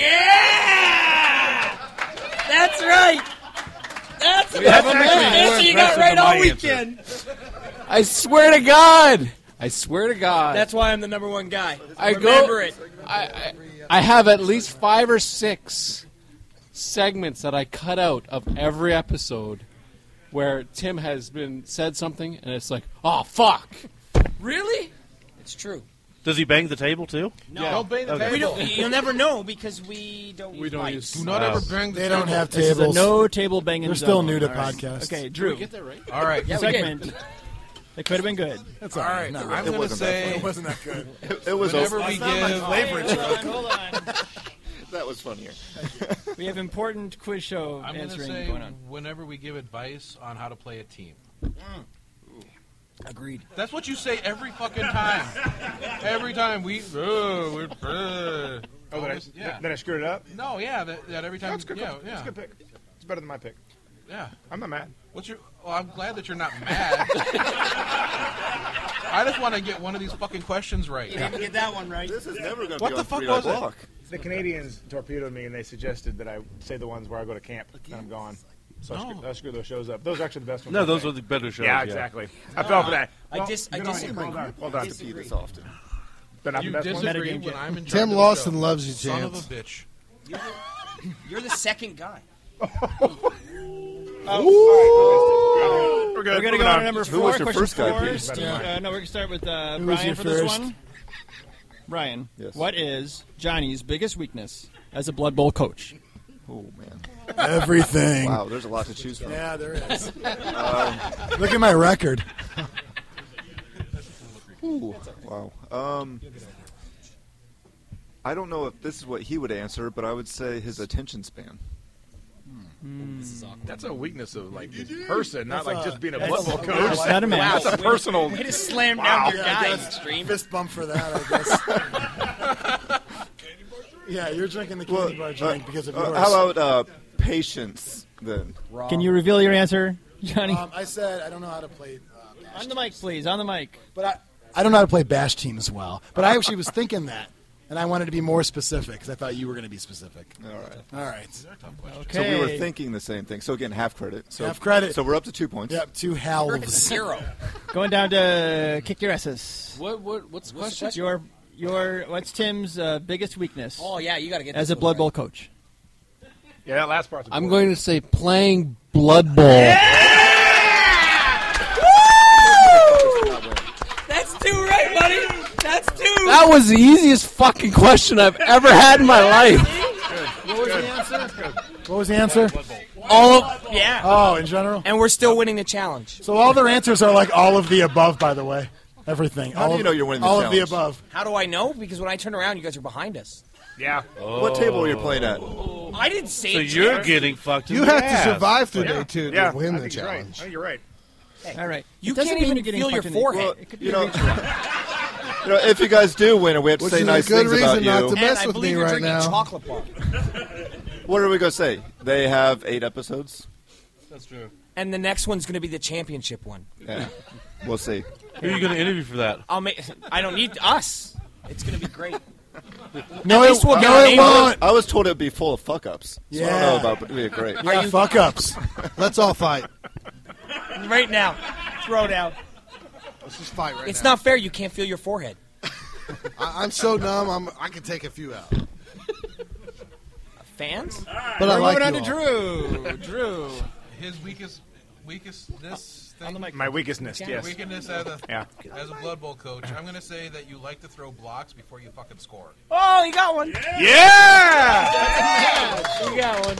That's right. That's
We have
that's
a
right.
man.
That's what you got
Impressive
right
to
all
my
weekend.
I swear to God! I swear to God.
That's why I'm the number one guy.
I go-
remember it.
I, I, I have at least five or six segments that I cut out of every episode where Tim has been said something and it's like, oh fuck.
Really? It's true.
Does he bang the table too?
No.
Don't bang the
Okay.
table.
We don't. You'll never know because we don't.
We
use
don't
mics.
use.
Do not ever bang the
They
table.
don't have
This is a
tables.
no table banging.
They're still
zone.
new to
All right.
podcasts.
Okay, Drew.
Get that right.
All right.
Yeah, we did.
segment. That could have been good.
That's
All
all
right.
Not
I'm
really.
going to
wasn't that
say
It wasn't that good.
It, it was
whenever we give.
Hold on.
that was funnier.
We have important quiz show
I'm going to
answering
say
going on.
whenever we give advice on how to play a team.
Mm.
Agreed.
That's what you say every fucking time. every time we. Uh, we're, uh.
Oh, then I,
Always- yeah.
then I screwed it up.
No, yeah, that, that every time.
That's a good.
yeah,
call.
yeah,
That's a good pick. It's better than my pick.
yeah.
I'm not mad.
What's your? Well, I'm glad that you're not mad. I just want to get one of these fucking questions right.
You didn't get that one right.
This is never going to
What
be
the
on
fuck
Three Dog
was it?
Block.
The Canadians torpedoed me, and they suggested that I say the ones where I go to camp and I'm gone. So I, screwed, I screwed those shows up. Those are actually the best ones.
No,
I've
those
made.
are the better shows.
Yeah, exactly. I fell for that.
I dis- I
good on you.
disagree.
Well done. Well
I
done.
used to be this often.
They're not
You
the best ones.
disagree when I'm in charge of
Tim
the
Lawson
show.
loves you,
Son of a
Chance.
bitch.
You're the second guy.
We're good.
We're gonna go
Moving
on to number
Who
four.
was your
question
first guy,
four.
Peter?
Steve-
Yeah.
uh, no, we're gonna start with
was
uh,
your
Brian for this
first?
one. Brian,
Yes.
what is Johnny's biggest weakness as a Blood Bowl coach?
Oh man!
Everything.
Wow, there's a lot to choose from.
Yeah, there is.
Um,
Look at my record.
Ooh, wow. Um, I don't know if this is what he would answer, but I would say his attention span.
That's a weakness of like his person, not like just being a
that's-
football coach.
It's not a man.
That's a personal.
Way to slam down
Wow.
your
Yeah, I
guy,
guess.
Extreme.
Fist bump for that, I guess. yeah, you're drinking the
Well,
candy bar
uh,
drink because of
Uh,
yours.
how about uh, patience then?
Can you reveal your answer, Johnny?
Um, I said I don't know how to play. Uh,
on the mic, please. On the mic.
but I, I don't know how to play bash team as well. But I actually was thinking that, and I wanted to be more specific because I thought you were going to be specific.
All right.
All right.
Okay.
So we were thinking the same thing. So again, half credit. So
Half credit.
So we're up to two points.
Yep, two
It's
halves.
Oh, zero.
Going down to kick your asses.
What what what's the question?
What's your your what's Tim's uh, biggest weakness
Oh yeah, you got to get
as
this
a
one
Blood Bowl
right.
coach?
Yeah, that last part's.
I'm
important.
going to say playing Blood Bowl.
That's two right, buddy. That's two.
That was the easiest fucking question I've ever had in my life.
What was the answer? What was the answer?
All of, yeah.
Oh, in general.
And we're still winning the challenge.
So all their answers are like all of the above. By the way, everything.
How
all
do you
of-
know you're winning the
All of
challenge?
the above.
How do I know? Because when I turn around, you guys are behind us.
Yeah.
What table were you playing at?
I didn't say
Oh. So
it.
you're
Tanner.
getting fucked. in
You
the
have
ass.
to survive through
Yeah.
day two
yeah.
to win
I
the
think you're right.
challenge.
I think you're right.
All right.
You
It doesn't
can't
mean
even
you're getting
feel your
fucked in the-
forehead.
Well,
It could be
you know, you know, if you guys do win, and we have to
Which
say
is a
nice
good
things about
reason
you.
not to-
and
mess
I
with
believe
me
you're
right
drinking
now.
chocolate bar.
What are we gonna say? They have eight episodes.
That's true.
And the next one's going to be the championship one.
Yeah, we'll see.
Who are you going to interview for that?
I'll make. I don't need us. It's going to be great.
No,
least we'll
no,
get our
it
name
won't.
I was told it'd be full of fuck ups. So I don't know
Yeah.
about, but it'd be great.
Yeah, fuck ups.
Let's all fight.
Right now, throw down.
Let's just fight right
It's
now.
not fair. You can't feel your forehead.
I, I'm so numb. I'm, I can take a few out, but
Fans?
I like
Moving on
you
to
all.
Drew. Drew.
His weakest weakest this thing.
My weakestness. Yes.
Weakness as a,
Yeah.
as a Blood Bowl coach, I'm going to say that you like to throw blocks before you fucking score.
Oh, you got one.
Yeah.
You got one.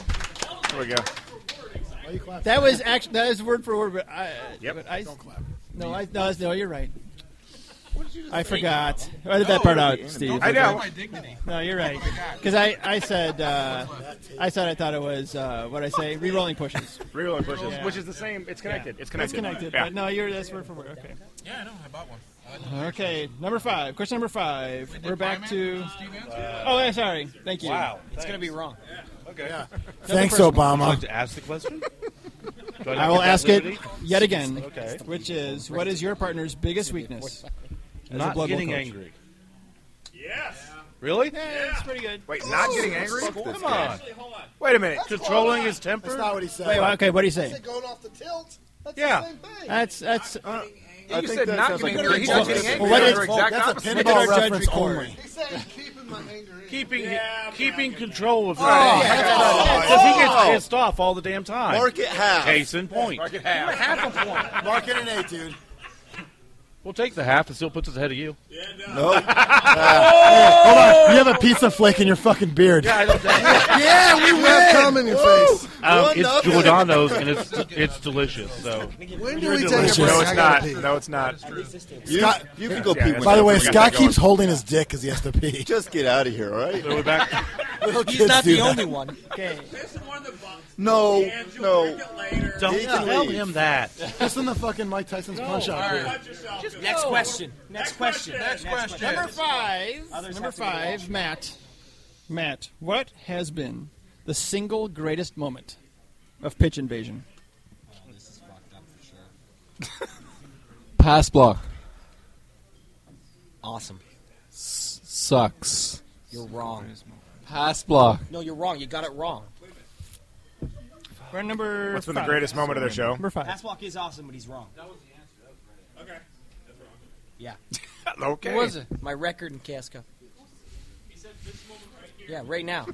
There we go.
That was actually that is word for word. But I,
Yep.
but I, Don't clap. No, I, no, I- no, you're right. I forgot. I did that part out, Steve.
I know.
No, you're right. Because I, I said uh, I said I thought it was uh, what I say re-rolling pushes.
Re-rolling pushes,
Yeah.
which is the same. It's connected. It's connected.
It's connected.
Yeah.
But no, you're that's word for word. Okay.
Yeah, I know. I bought one.
Okay. Number five. Question number five. We're back to.
Steve
Oh, yeah, sorry. Thank you.
Wow.
It's going to be wrong.
Okay.
Thanks,
Would you like
Obama.
to ask the question? Do not
I will
get that
ask it
liberty?
yet again,
Okay.
which is what is your partner's biggest weakness? As a
Not
Blood Bowl
getting
coach?
angry.
Yes.
Really?
Yeah, it's pretty good.
Wait, not getting angry?
Come on.
Actually, hold on.
Wait a minute.
Controlling his
That's
temper?
not what he said.
Wait, okay, what do you say?
Said going off the tilt. That's
Yeah. Uh,
the same thing.
That's
uh,
that's. uh,
I
You
think
said
that
not
sounds like
getting
a
angry. He's
pinball
not
reference.
getting angry.
Well, what
They're
is-
exact
That's a
opposite.
did our
pinball
judge
reference
record?
only.
he said keeping my anger in.
Keeping
Yeah,
keeping
yeah,
control of
Oh,
it. Because he gets pissed off all the damn time.
Mark it half.
Case in point.
Mark it an eight, dude.
We'll take the half. It still puts us ahead of you.
Yeah, no.
Nope.
Hold on. You have a pizza flake in your fucking beard.
I don't think.
Yeah, we
You have cum in your face.
Um,
One
it's
nothing.
Giordano's and it's it's delicious. So
When do we take
delicious.
a break?
No,
I
it's
gotta
not.
pee.
No, it's not.
You,
Scott-
you can go pee.
yeah,
when
By the
you-
way,
We got
Scott
that going.
keeps holding his dick because he has to pee.
just get out of here, all right?
so we're back.
Little
He's
kids
not
do
the
that.
only one.
Okay.
This is one of the bumps.
No,
And you'll
no.
drink it later.
Don't
He can
tell
leave.
him that.
Just in the fucking Mike Tyson's punch out here.
Cut yourself. Just
Next question. Next question.
question.
Number five.
Others
number
have to be
five,
watched.
Matt. Matt, what has been the single greatest moment of pitch invasion?
Pass block
Awesome.
sucks.
You're wrong.
Pass block.
No, you're wrong. You got it wrong.
We're at number.
What's been the
five.
greatest moment of their show?
Number five.
Passwalk is awesome, but he's wrong.
Okay.
Yeah.
Okay.
What was it? My record in Casca. Yeah, right now.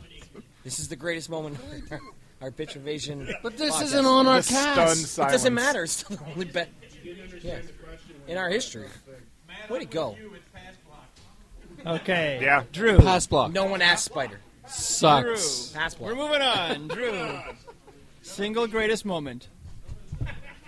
This is the greatest moment of our, our pitch invasion.
But this
podcast.
isn't on our
The stunned
cast.
It
silence.
doesn't matter. It's still the only bet yeah. in our history. Where'd it go?
Okay.
Yeah.
Drew.
Pass block
No one asked Spider.
sucks.
We're
Passwalk.
moving on. Drew. Single greatest moment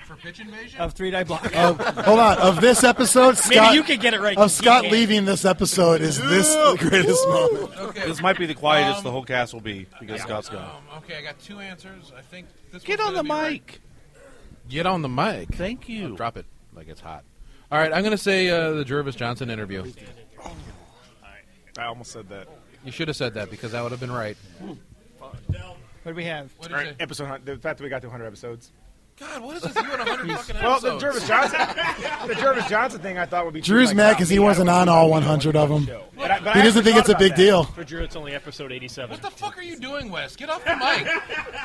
For pitch invasion?
of three die block.
Of, hold on. Of this episode, Scott,
Maybe you could get it right.
of
You
Scott
can't.
leaving this episode is this the greatest moment.
Okay.
This might be the quietest
Um,
the whole cast will be because Scott's gone.
Um, okay, I got two answers. I think this
Get on
one's
the
gonna be
mic.
right. Get on the mic.
Thank you.
Drop it like it's hot. All right, I'm going to say uh, the Jervis Johnson interview.
I almost said that.
You should have said that because that would have been right.
What do we have?
What
All right, episode hun- the fact that we got to 100 episodes.
God, what is this? You want 100 fucking
Well, the Jervis Johnson, the Jervis Johnson thing, I thought would be.
Drew's
like,
mad
not
'cause he
me. I
wasn't
would-
on all 100 of them.
But I- but I
He doesn't
actually
think
thought
it's a
about
big
that.
deal.
For Drew, it's only episode 87.
What the fuck are you doing, Wes? Get off the mic.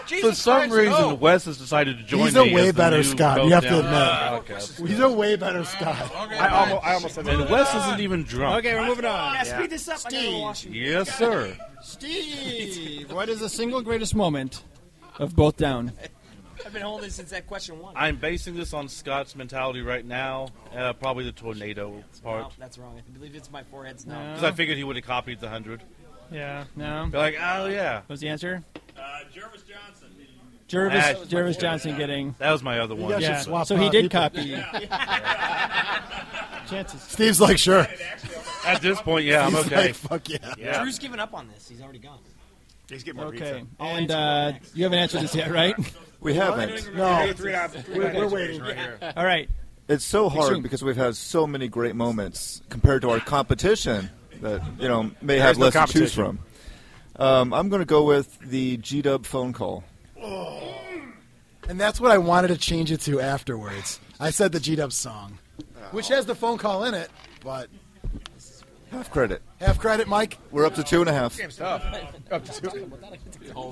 Jesus
For some
Christ,
reason,
no.
Wes has decided to join
He's a
me
way
as the
better
new
Scott,
vote
you have to
down.
admit.
Ah, okay.
He's a way better Scott.
Okay,
I
fine.
almost, I almost said
And
that.
Wes isn't even drunk.
Okay, we're moving on.
Yeah, speed this up. I gotta wash you.
Yes, sir.
Steve, what is the single greatest moment of both down?
I've been holding since that question one.
I'm basing this on Scott's mentality right now. Uh, probably the tornado
No,
part.
that's wrong. I believe it's my forehead's now.
Because I figured he would have copied the 100.
Yeah. No.
Be like, oh, yeah.
What was the answer?
Uh, Jervis Johnson.
Jervis
That was my
Jervis Johnson getting.
That was my other one.
guys should
Yeah.
swap
So he
out
did
people.
copy. Chances.
Steve's like, sure.
At this point, yeah, I'm
He's
okay.
like, fuck yeah.
yeah.
Drew's given up on this. He's already gone.
He's getting more
Okay.
pizza.
And uh, you haven't answered this yet, right?
We haven't.
No,
Three out- three out-
we're waiting.
All right.
It's so hard
Extreme.
because we've had so many great moments compared to our competition that you know may have
is no
less to choose
competition.
from. Um, I'm going to go with the G Dub phone call.
And that's what I wanted to change it to afterwards. I said the G Dub song, which has the phone call in it, but
Half credit.
half credit, Mike.
We're up to two and a half.
Oh,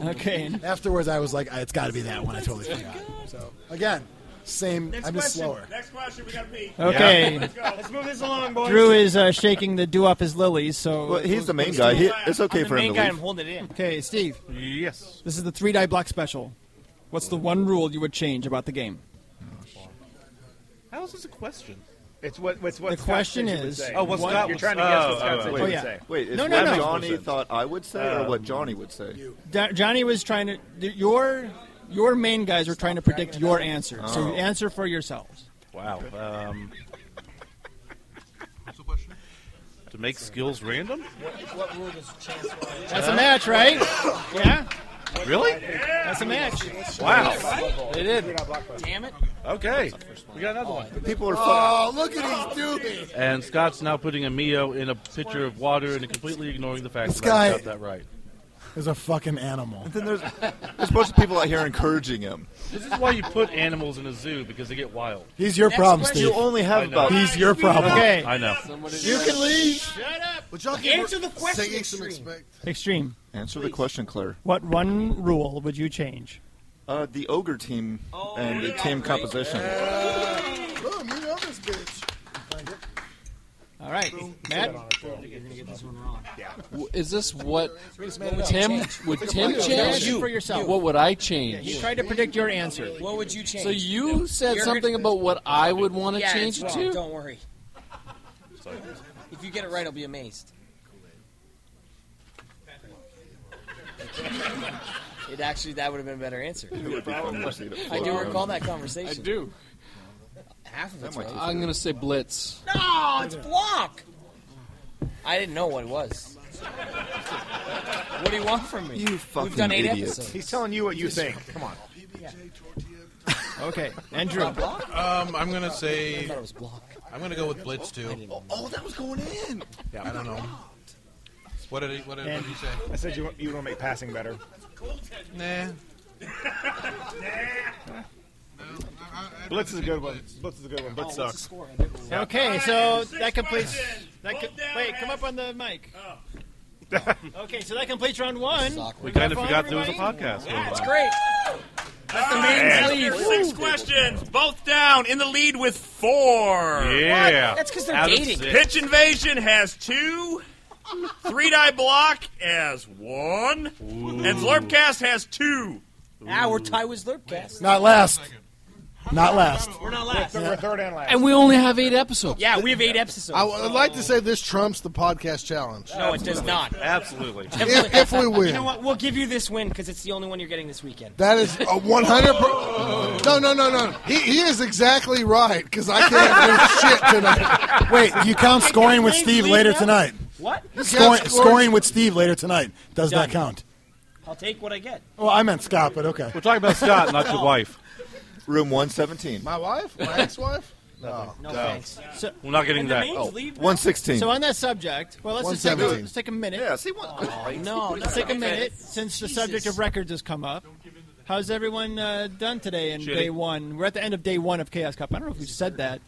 Okay. and
Afterwards, I was like, it's got to be that one. I totally forgot. So again, same. I'm just slower.
Next question. We gotta pee.
Okay.
Let's move this along, boys.
Drew is uh, shaking the dew off his lilies. So.
Well, he's the main guy. He, it's okay for him to leave.
holding it in.
Okay, Steve.
Yes.
This is the three die block special. What's the one rule you would change about the game?
How is this a question?
It's what. It's what.
The
Scott
question
said you would
is-
say.
Oh, what
What?
Scott
You're
was-
trying to guess
oh,
what Scott
oh,
said
oh,
you
wait.
would
yeah.
say.
Wait, is
No,
what
no, no.
Johnny thought I would say or
Um,
what Johnny would say?
Da- Johnny was trying to. th- Your your main guys were trying to predict your answer.
Oh.
So you answer for yourselves.
Wow. Um,
What's the question?
To make skills random?
What, what rule does chance rule?
That's a match, right? yeah.
Really?
That's a match.
Wow.
They did.
Damn it.
Okay. We got another one.
People are
Oh, look at these doobies.
And Scott's now putting a Mio in a pitcher of water and completely ignoring the fact
This
that I
guy-
got that right.
There's a fucking animal.
Then there's there's a bunch of people out here encouraging him.
This is why you put animals in a zoo because they get wild.
He's your
Next
problem,
question.
Steve.
You only
I
have
know.
about
He's your problem.
Okay.
I know.
You can leave.
Would y'all
Answer the question,
Taking some
Extreme.
expect.
Extreme.
answer the question, Claire.
What one rule would you change?
Uh, the ogre team
Oh,
and the
yeah,
team
right.
composition.
Boom, Uh, you know this bitch.
All right, Matt.
You're going to get this one wrong.
W- Is this what Tim would Tim
Judge
change?
for yourself.
What would I
He
change?
tried to predict your answer.
What would you change?
So you said
You're-
something about what I would want to
yeah,
change
it's
it
wrong.
to.
Don't worry. If you get it right, I'll be amazed. It actually, that would have been a better answer.
It would be fun to see it
I do
float
recall
around.
that conversation. Half of it's
might
right.
I'm gonna say blitz.
No, it's block. I didn't know what it was. What do you want from me?
You fucking
We've done eight
idiot.
episodes.
He's telling you what you think. Come on.
Okay, Andrew.
Um, I'm gonna
I
say
thought it was block.
I'm gonna go with blitz too.
Oh, that was going in.
I don't know. What did he, what did, what did you say?
I said you want- you want to make passing better.
Nah.
Blitz is a good one. Blitz is a good one.
Oh,
Blitz
What's the
sucks.
score?
Okay,
All
so
right, six
that completes.
questions.
That co-
Vote down,
wait, come
man.
up on the mic. okay, so that completes round one.
We kind
Have
of
fun,
forgot there was a
everybody.
podcast.
That's great.
That's the main lead. Six questions, both down, in the lead with four.
Yeah.
That's 'cause they're
Out of
dating.
six.
Pitch invasion has two. Three die block as one, and Slurpcast has two.
Ah, we're tied with Slurpcast.
Not last. Not last.
We're not last.
We're third and last.
And we only have eight episodes.
Yeah, we have eight episodes.
I would like to say this trumps the podcast challenge.
no, it does not.
Absolutely.
If, if we win,
You know what? We'll give you this win because it's the only one you're getting this weekend.
that is a 100. Per- no, no, no, no. He, he is exactly right because I can't do shit tonight.
Wait, you count scoring with Steve later tonight.
What?
Scoring,
Scoring-
scoring with Steve later tonight does
Done.
not count.
I'll take what I get.
Well, Oh, I meant Scott, but okay.
We're talking about Scott, not your wife.
Room 117.
My wife, my ex-wife.
No thanks.
We're not getting
And the
that.
mains
Oh,
leave now?
116.
So on that subject, well, let's just take a,
117.
let's take a minute. Oh,
yeah, see what?
No,
Let's take a minute since the subject of records has come up. How's everyone uh, done today in
Shitty.
day one? We're at the end of day one of Chaos Cup. I don't know if we said that.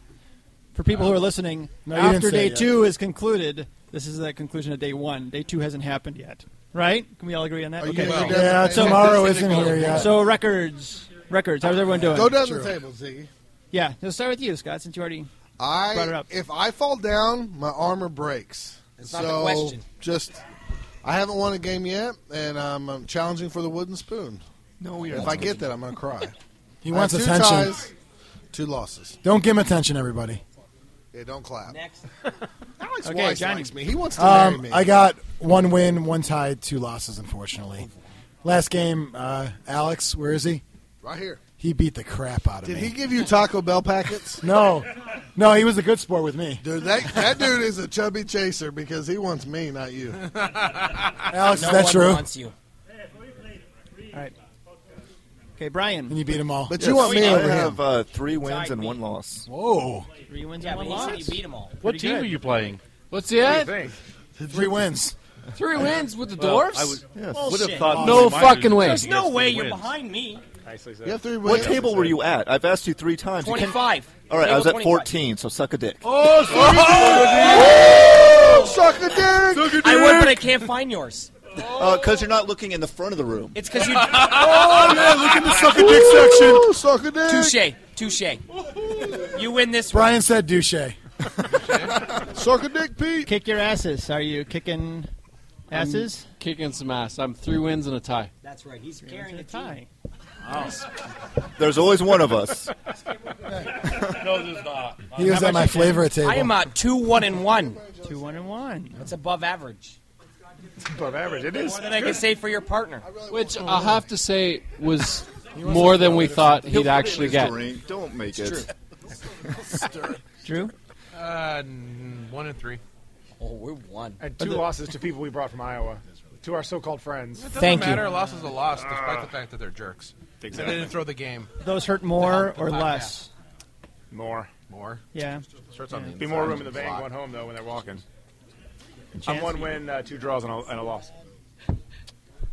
For people who are listening,
No, you didn't
after
say
day
it yet.
two is concluded, this is the conclusion of day one. Day two hasn't happened yet, right? Can we all agree on that?
Are you
okay.
gonna go down
Yeah,
the-
tomorrow isn't here yet.
So records, records. How's everyone doing?
Go down the table, Ziggy.
Yeah, let's start with you, Scott, since you already. Brought it
I
up.
if I fall down, my armor breaks. That's
not
so
the question.
just I haven't won a game yet, and I'm, um challenging for the wooden spoon.
No, we
If I get that, I'm gonna cry.
He wants
I have two
attention.
ties, two losses.
Don't give him attention, everybody.
Yeah, don't clap.
Next.
Alex
Okay,
Weiss
Johnny.
likes me. He wants to marry
Um,
me.
I got one win, one tie, two losses, unfortunately. Last game, uh, Alex, where is he?
right here.
He beat the crap out of
Did
me.
he give you Taco Bell packets?
No, no, he was a good sport with me.
Dude, that, that dude is a chubby chaser because he wants me, not you.
Alex,
No
is that
one
true?
wants you.
All right. Okay, Brian.
And you beat him all.
But you want me
I
over him.
have uh, three wins
Tied
and
me.
one loss.
Whoa,
Three wins
Yeah,
and
but
one
he said
loss.
you beat them all.
what team
good.
are you playing?
What's
I
that?
think.
three wins.
Three wins with the dwarfs?
I would,
Yes.
Bullshit.
would have thought.
No
the Miners
fucking way.
would
There's no
guess
way
who
you're
wins.
behind me.
Nicely said.
You have three wins.
What table were you at? I've asked you three times. You can't-
25.
All right, I was
Table
at
25.
14, so suck a dick.
Suck a dick!
I would, but I can't find yours.
Because Uh, you're not looking in the front of the room.
Oh. It's because you.
Oh yeah, look at the suck a dick section.
Ooh, suck a
Touche.
dick!
Touche. You win this one.
Brian said douche.
Suck a dick, Pete!
Kick your asses. Are you kicking asses?
Kicking some ass. I'm three wins and a tie.
That's right. He's carrying the Oh.
It's a
tie.
tie.
There's always one of us.
No, there's not.
He was at my flavor table.
I am at two, one, and one.
Two, one, and one.
That's above average.
above average. It is.
More than I can say for your partner.
Which I'll have to say was more than we thought he'd actually
Here's the
get.
ring. Don't make it.
Drew?
Uh, n- one and three.
Oh, we're one.
And two losses to people we brought from Iowa, to our so-called friends.
doesn't matter. A loss is a loss, despite the fact that they're jerks. And they didn't throw the game.
Those hurt more or less?
More.
More.
Yeah.
Starts on the
Be
inside.
more room in the
Slot.
bank going home though when they're walking. I'm
chance
one
we-
win, uh, two draws, and a, and a loss.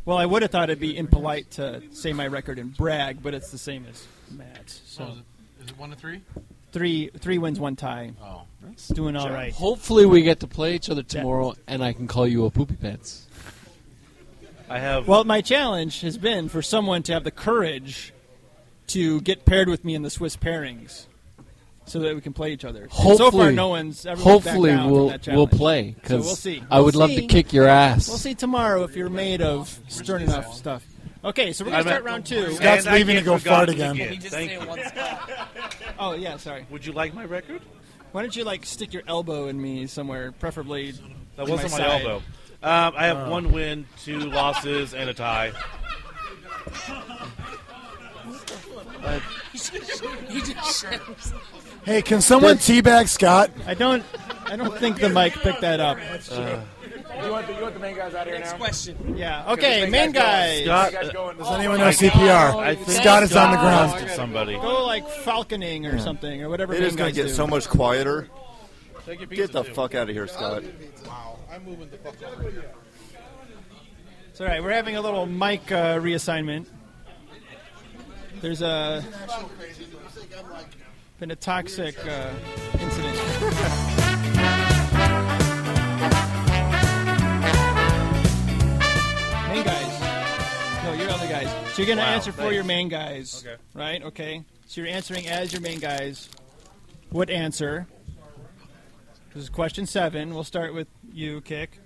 Well, I would have thought it'd be impolite to say my record and brag, but it's the same as Matt's.
What
So
was it? Is it one to three?
three three wins, one tie.
Oh.
It's doing all right.
Hopefully, we get to play each other tomorrow, and I can call you a poopy pants.
I have.
Well, my challenge has been for someone to have the courage to get paired with me in the Swiss pairings, so that we can play each other. And so far,
Hopefully-
no one's. everyone's backed
Hopefully,
down from
we'll
that
we'll
challenge.
play
So
because
we'll see.
I would
We'll
love
see.
to kick your ass.
We'll see tomorrow if you're made of stern enough stuff. Okay, so we're gonna
I'm at-
start round two.
And
Scott's
I
leaving
get
to go
forgotten
fart again.
again.
He just
Thank
stay in
you.
one spot.
Oh yeah, sorry.
Would you like my record?
Why don't you like stick your elbow in me somewhere, preferably?
That
to
wasn't my,
side. Oh.
elbow. Um, I have one win, two losses, and a tie.
He just
Hey, can someone teabag Scott?
I don't. I don't think the mic picked that up.
Uh.
You want the, you want the main guys out here
Next
now?
question.
Yeah. Okay, man, guys.
Scott,
You guys going? oh
Does anyone know CPR?
I think
Scott is on the ground.
lost to somebody.
Go like falconing or something or whatever.
It is going to get so much quieter.
Take your
Get
pizza,
the
too.
fuck out of here, Scott.
I'm moving the fuck over here.
It's all right. We're having a little mic uh, reassignment. There's a been a toxic uh, incident. main guys. No, you're other guys. So you're gonna answer for your main guys. Okay. Right. Okay. So you're answering as your main guys. What answer? This is question seven. We'll start with you, Kick.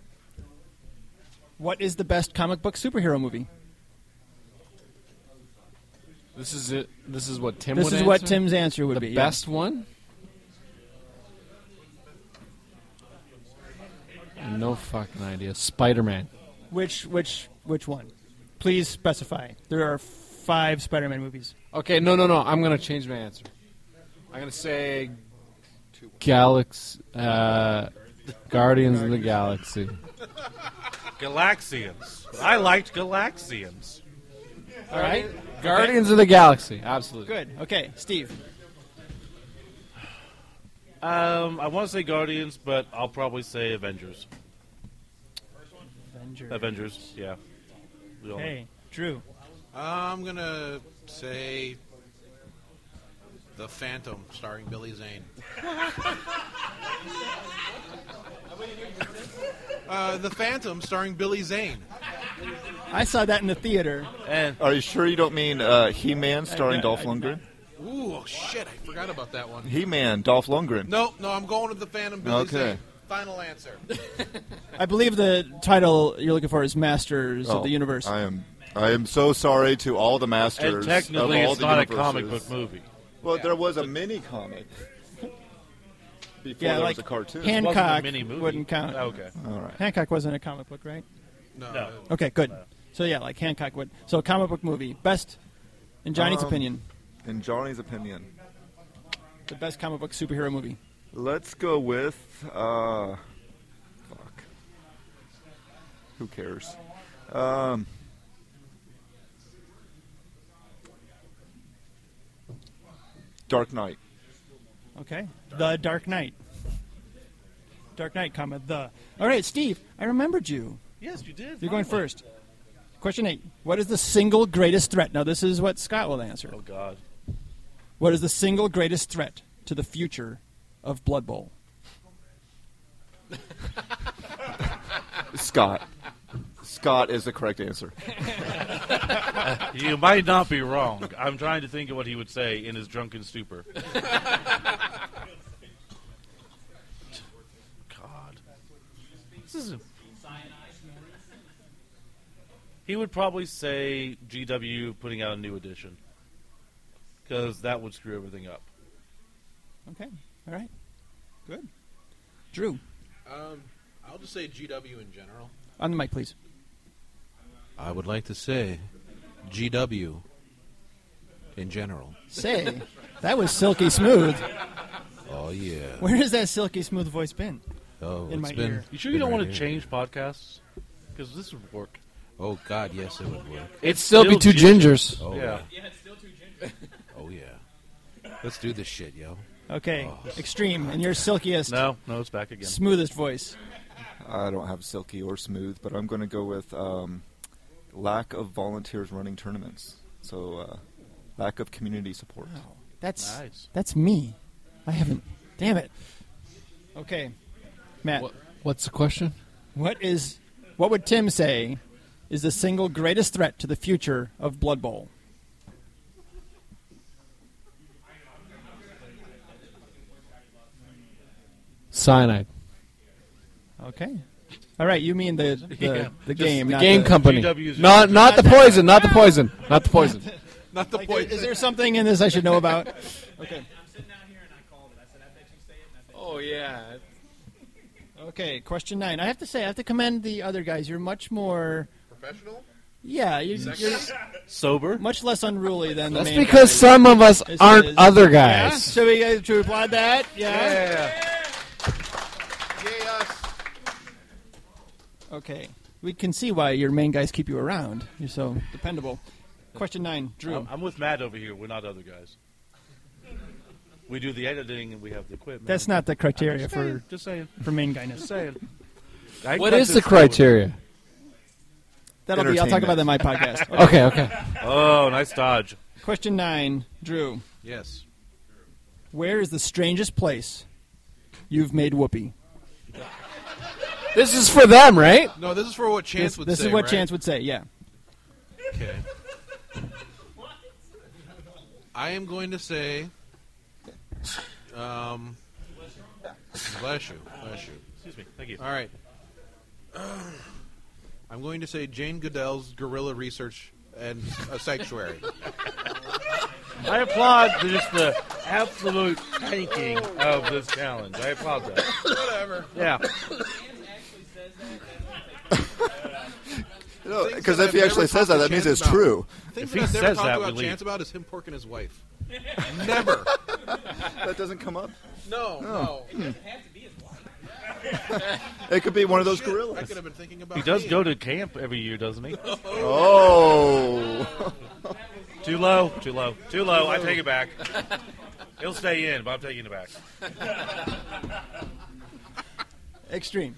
What is the best comic book superhero movie?
This is it. This is what Tim.
This
would
is what
answer?
Tim's answer would
the
be. yeah.
best one. No fucking idea. Spider Man.
Which which which one? Please specify. There are five Spider-Man movies.
Okay, no, no, no. I'm gonna change my answer. I'm gonna say Galax, uh, Guardians of the Galaxy.
Galaxians. I liked Galaxians.
All right.
Guardians of the Galaxy, absolutely.
Good. Okay, Steve.
Um, I want to say Guardians, but I'll probably say Avengers. Avengers, yeah. We all-
Hey, Drew.
I'm gonna say the Phantom, starring Billy Zane. uh, the Phantom, starring Billy Zane.
I saw that in the theater.
And
Are you sure you don't mean uh, He-Man starring
I- I-
Dolph Lundgren?
Ooh, oh, shit! I forgot about that one.
He-Man, Dolph Lundgren.
No, no, I'm going with the Phantom, Billy
Okay.
Zane. Final answer.
I believe the title you're looking for is Masters
Oh,
of the Universe.
I am. I am so sorry to all the masters.
and technically,
of all
it's
the
not a
universes.
comic book movie.
Well, there was a mini comic before
yeah,
there
like
was a cartoon.
wasn't a
Hancock
mini-movie.
wouldn't count. Uh,
Okay.
all right.
Hancock wasn't a comic book, right?
No,
No.
Okay, good. So yeah, like Hancock would. So comic book movie, best in Johnny's
Um,
opinion,
In Johnny's opinion,
the best comic book superhero movie.
let's go with. Uh, fuck. Who cares? Um, Dark Knight.
Okay. The Dark Knight. Dark Knight, comma, the. All right, Steve, I remembered you.
Yes, you did.
You're going first. Question eight. What is the single greatest threat? Now, this is what Scott will answer.
Oh, God.
What is the single greatest threat to the future of Blood Bowl?
Scott. Scott is the correct answer.
You might not be wrong. I'm trying to think of what he would say in his drunken stupor. God. This is a... He would probably say GW putting out a new edition. Because that would screw everything up.
Okay. All right. Good. Drew,
um, I'll just say GW in general.
on the mic, please.
I would like to say GW in general.
Say, that was silky smooth.
Oh yeah.
Where has that silky smooth voice been?
Oh,
in
it's
my
been-
ear.
You sure you don't
Right
want to
here.
change podcasts? Because this would work.
Oh God, yes, it would work.
It'd still be two gingers.
Oh yeah.
Yeah.
Yeah, it's still too ginger.
Oh yeah. Let's do this shit, yo.
Okay, extreme and your silkiest,
No, no, it's back again.
smoothest voice.
I don't have silky or smooth, but I'm going to go with um, lack of volunteers running tournaments. So uh, lack of community support.
Oh.
That's
Nice.
that's me. I haven't. Damn it. Okay, Matt.
What, what's the question?
What is what would Tim say is the single greatest threat to the future of Blood Bowl?
Cyanide.
Okay. All right, you mean the the,
Yeah.
the game,
The
not
game
the,
company.
GW's
Not not the poison. Not the poison. Not the poison.
Not the
Like,
point.
is there something in this I should know about?
Oh yeah.
Okay, question nine. I have to say, I have to commend the other guys. You're much more
Professional?
yeah, you're, you're
Sober.
much less unruly than
That's
the main
because
guys.
some of us
This
aren't
is-
other
Yeah?
guys.
Should we, uh, should we applaud that? Yeah.
Yay, us.
Okay. We can see why your main guys keep you around. You're so dependable. Question nine, Drew.
I'm, I'm with Matt over here. We're not other guys. We do the editing and we have the equipment.
That's not the criteria
just saying,
for,
just saying.
for main guyness.
saying. I
What
cut
is the
this
criteria?
That'll be. I'll talk about that in my podcast. Okay.
Okay, okay.
out. Oh, nice dodge.
Question nine, Drew.
Yes.
Where is the strangest place you've made whoopee?
This is for them, right?
No, this is for what Chance
This,
would
this
say.
is what
right?
Chance would say. Yeah.
Okay. I am going to say. Um. Bless you. Bless you.
Excuse me. Thank you.
All right. I'm going to say Jane Goodell's Gorilla Research and a Sanctuary.
Oh,
I applaud the- just the absolute tanking of this challenge. I applaud that. Whatever. Yeah.
Things
Because
that
if he
I've
actually
never
says that,
talked
that
to
means
Chance
it's
about.
true.
Things
If he
that I've never
says
talked
that,
about
we
Chance
leave.
about is him porking his wife. never.
That doesn't come up. Oh.
No, no.
Oh.
Hmm. It could be one of those
Shit, I
gorillas.
could have been thinking about
He does
me.
go to camp every year, doesn't he?
Oh.
Too low. Too low. Too low. I take it back. He'll stay in, but I'm taking it back.
Extreme.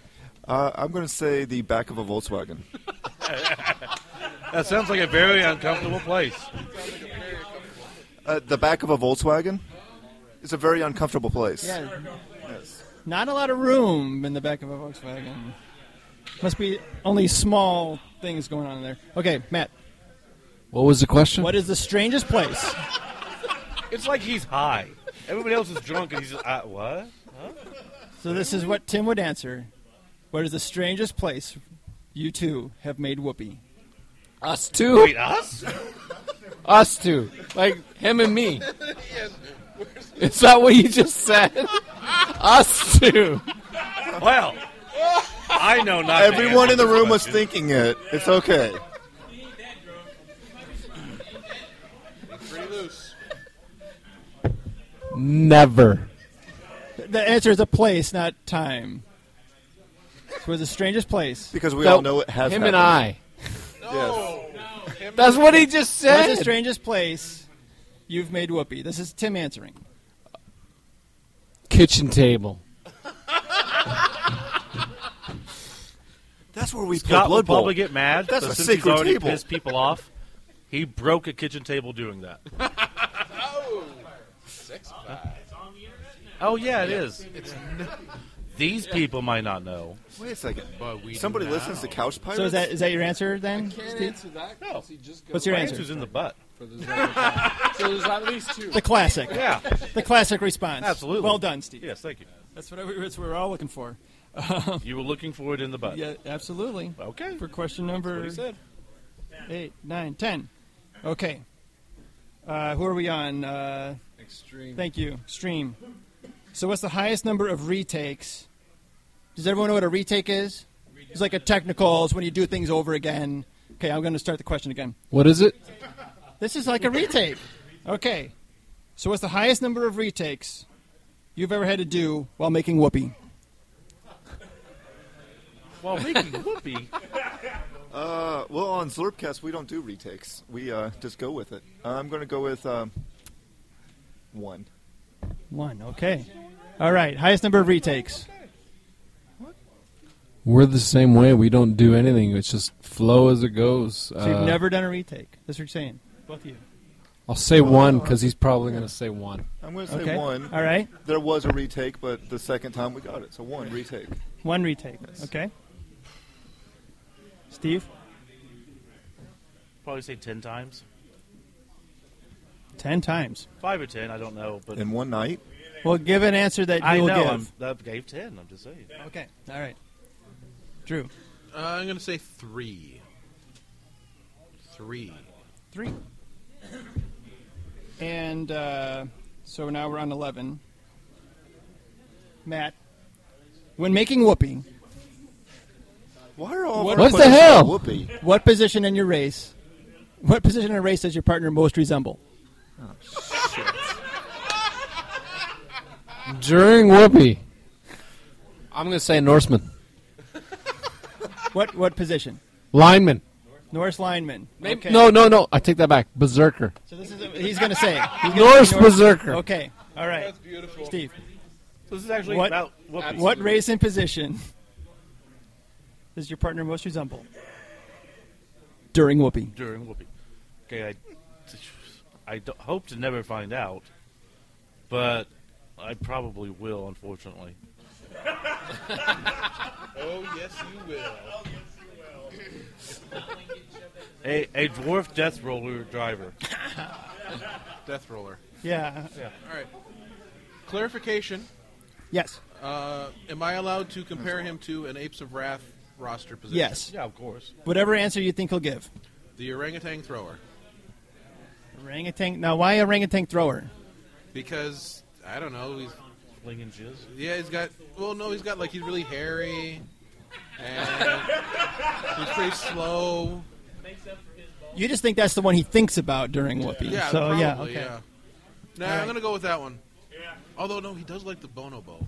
Uh, I'm going to say the back of a Volkswagen.
That sounds like a very uncomfortable place.
Uh, the back of a Volkswagen is a very uncomfortable place.
Yeah. Not a lot of room in the back of a Volkswagen. Must be only small things going on in there. Okay, Matt.
What was the question?
What is the strangest place?
It's like he's high. Everybody else is drunk, and he's just, uh, what?
So this is what Tim would answer. What is the strangest place you two have made whoopee?
us two?
Wait, us?
Us two. Like him and me. Is that what you just said? us two.
Well, I know not. to
Everyone
answer
in the
this
room was
question.
thinking it. It's okay.
pretty loose.
Never.
The answer is a place, not time. Where's the strangest place?
Because we
So,
all know it has
him
happened.
and I.
Yes.
That's what he just
What's the
said.
strangest place you've made whoopee? This is Tim answering.
Kitchen table.
That's where we
Scott
play
would
Blood Bowl.
probably get mad.
That's
but
a
since
secret
he's already
table.
pissed people off, he broke a kitchen table doing that. oh, oh yeah, it is. These people might not know.
Wait a second.
But we
Somebody
do
listens to Couch Pirates?
So is that is that your answer then? Steve?
that.
No.
What's your
My
answer?
answer's in the butt.
So there's at least two.
The classic.
Yeah,
The classic response.
Absolutely.
Well done, Steve.
yes, thank you.
That's what we, that's what we're all looking for. Um,
You were looking for it in the butt.
Yeah, absolutely.
Okay.
For question number
What he said.
eight, nine, ten. Okay. Uh, who are we on? Uh,
Extreme.
thank you. Stream. So, what's the highest number of retakes? Does everyone know what a retake is? It's like a technical. It's when you do things over again. Okay, I'm going to start the question again.
What is it?
This is like a retake. Okay. So, what's the highest number of retakes you've ever had to do while making whoopee?
While making whoopee.
Uh, well, on Slurpcast, we don't do retakes. We uh, just go with it. I'm going to go with um, one.
One. Okay. All right. Highest number of retakes.
We're the same way. We don't do anything. It's just flow as it goes.
So
Uh,
Uh,
you've never done a retake. That's what you're saying. Both of you.
I'll say one because he's probably going to say one.
I'm going to say
Okay.
one.
All right.
There was a retake, but the second time we got it. So one retake.
One retake. Okay. Steve,
Probably say ten times.
ten times.
Five or ten, I don't know. But
In one night?
Well, give an answer that you
I
will
know.
give.
I'm, that gave ten. I'm just saying.
Okay. All right. Drew,
Uh, I'm going to say three. Three.
three. And uh, so now we're on eleven. Matt, when making whoopee,
Why are all of
What-
our
What the
questions
hell?
about Whoopee.
what position in your race? What position in a race does your partner most resemble?
During Whoopi, I'm going to say Norseman.
What what position?
Lineman.
Norse lineman. Okay.
No, no, no. I take that back. Berserker.
So this is a, he's going to say. it. He's gonna
Norse
say Norse-
Berserker.
Okay. All right. That's beautiful. Steve,
So this is actually
What-
about whoopees.
what race and position does your partner most resemble? During whoopee.
during whoopee. Okay, I, I do- hope to never find out, but I probably will, unfortunately.
Oh, yes, you will.
A, a dwarf death roller driver.
Death Roller.
Yeah.
All right. Clarification.
Yes.
Uh, am I allowed to compare him to an Apes of Wrath roster position?
Yes.
Yeah, of course.
Whatever answer you think he'll give.
The orangutan thrower.
Orangutan. Now, why orangutan thrower?
Because, I don't know, he's
Flinging jizz.
Yeah, he's got. Well, no, he's got like he's really hairy, and he's pretty slow.
You just think that's the one he thinks about during whoopee.
Yeah,
so
probably,
yeah. Okay.
Nah, I'm gonna go with that one. Although no, he does like the bonobo.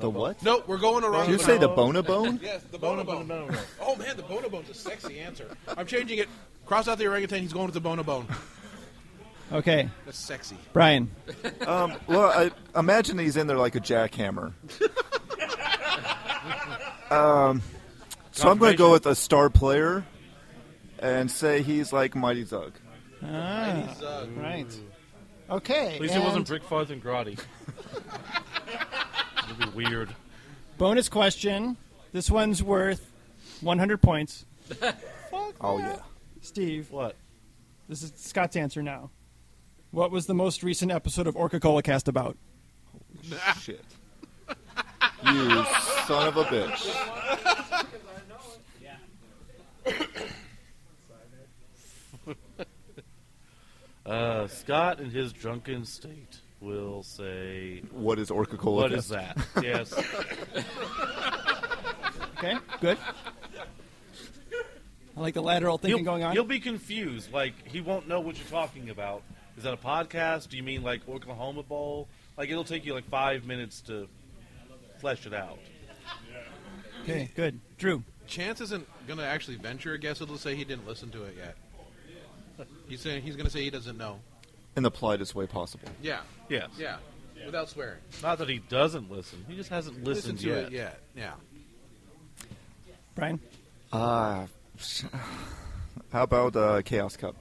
The what?
No, we're going around.
Did you say the bonobone?
Yes, the bonobo. Oh man, the bonobone's a sexy answer. I'm changing it. Cross out the orangutan. He's going with the bonobone.
Okay.
That's sexy.
Brian.
Um, well, I imagine he's in there like a jackhammer. um, so I'm going to go with a star player and say he's like Mighty Zug.
Ah,
He's, uh,
right. Okay.
At least it wasn't Brickfarth and Grotty. It'd be weird.
Bonus question. This one's worth 100 points.
Oh, yeah.
Steve,
What?
this is Scott's answer now. What was the most recent episode of Orca Cola Cast about?
Shit. You son of a bitch.
Uh, Scott in his drunken state will say,
What is Orca Cola?
"What is that?" yes.
Okay, good. I like the lateral thinking
He'll-
going on.
He'll be confused. Like he won't know what you're talking about. Is that a podcast? Do you mean like Oklahoma Bowl? Like it'll take you like five minutes to flesh it out.
Okay, good. Drew.
Chance isn't gonna actually venture a guess. It'll say he didn't listen to it yet. He's saying he's gonna say he doesn't know.
In the politest way possible.
Yeah.
Yes.
Yeah. Without swearing.
Not that he doesn't listen. He just hasn't
Listen
listened
to
yet.
it yet. Yeah.
Brian.
Ah. how about uh, Chaos Cup?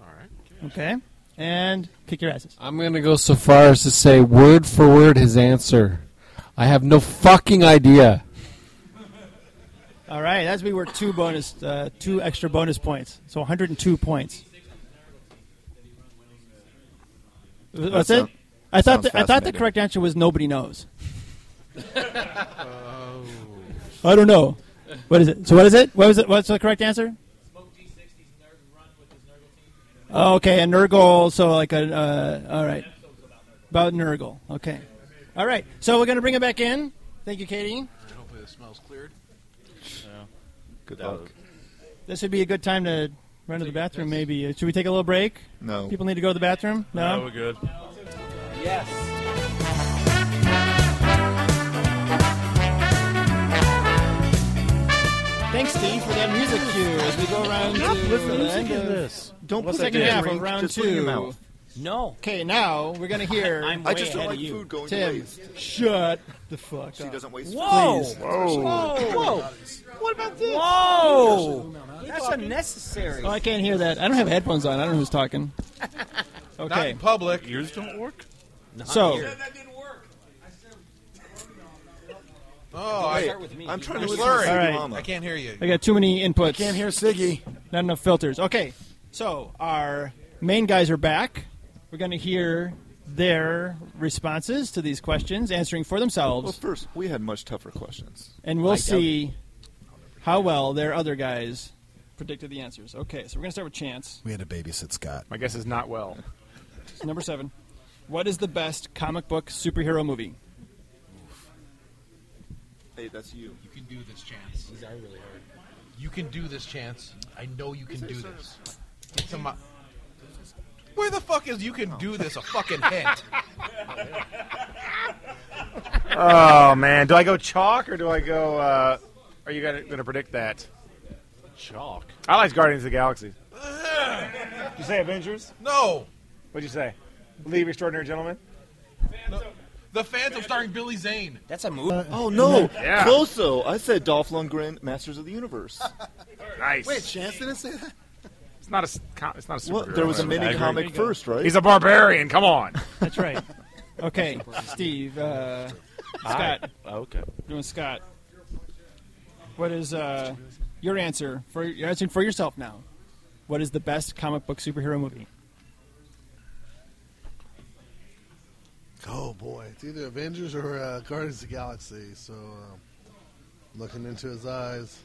All right.
Okay. And kick your asses.
I'm going to go so far as to say word for word his answer. I have no fucking idea.
All right, that's we were two bonus, uh, two extra bonus points. So 102 points. What's
That
it?
sound-
I thought
sounds
the, I thought the
fascinating.
correct answer was nobody knows. Oh. I don't know. What is it? So what is it? What was it? What's the correct answer? Oh, okay, a Nurgle. So like a uh, all right about Nurgle. Okay, all right. So we're gonna bring it back in. Thank you, Katie.
Hopefully the smell's cleared.
Good
Doubt
luck.
This would be a good time to run to the bathroom, maybe. Uh, Should we take a little break?
No.
People need to go to the bathroom?
No,
No?
we're good.
Yes.
Thanks, Steve, for that music cue as we go around
Stop
to
putting
the
music
end
in
of
this.
Don't
put
second
that in.
half of
Drink,
round
just
two.
put it in your mouth. No. Okay, now we're gonna hear.
I'm I way just don't ahead like of you. food going to Tim, waste. shut the fuck
She
up.
doesn't waste
Whoa!
food.
Whoa!
What about this?
Whoa! That's unnecessary.
Oh, I can't hear that. I don't have headphones on. I don't know who's talking.
Not
Okay.
in public.
Yours don't work.
so,
Oh, I,
Start with me.
I'm trying to
You're
listen
slurring.
to
All right.
Mama.
I can't hear you.
I got too many inputs.
Can't hear Siggy.
Not enough filters. Okay, so our main guys are back. We're going to hear their responses to these questions, answering for
Well,
themselves,
first, we had much tougher questions.
and we'll see how well their other guys predicted the answers. Okay, so we're going to start with Chance,
We had to babysit Scott.
My guess is not well.
number seven. What is the best comic book superhero movie?
Hey, that's you.
You can do this, Chance. These are really hard. You can do this, Chance. I know you can do this. Get some. mo- Where the fuck is you can do this? A fucking hint.
Oh man, do I go chalk or do I go? Uh, are you gonna, gonna predict that?
Chalk.
I like Guardians of the Galaxy. Did you say Avengers?
No,
What'd you say? Leave Extraordinary Gentlemen.
the Phantom starring Billy Zane.
That's a move.
Oh no,
Uh, Yeah.
close though. I said Dolph Lundgren, Masters of the Universe.
Nice.
Wait, Chance didn't say that?
it's not a s- com- it's not a superhero.
Well, there was a mini comic first, right?
He's a barbarian. Come on.
That's right. okay, Steve, uh, Scott,
okay.
doing Scott. What is uh, your answer for you're answering for yourself now? What is the best comic book superhero movie?
Oh boy, it's either Avengers or uh, Guardians of the Galaxy. So, um, looking into his eyes,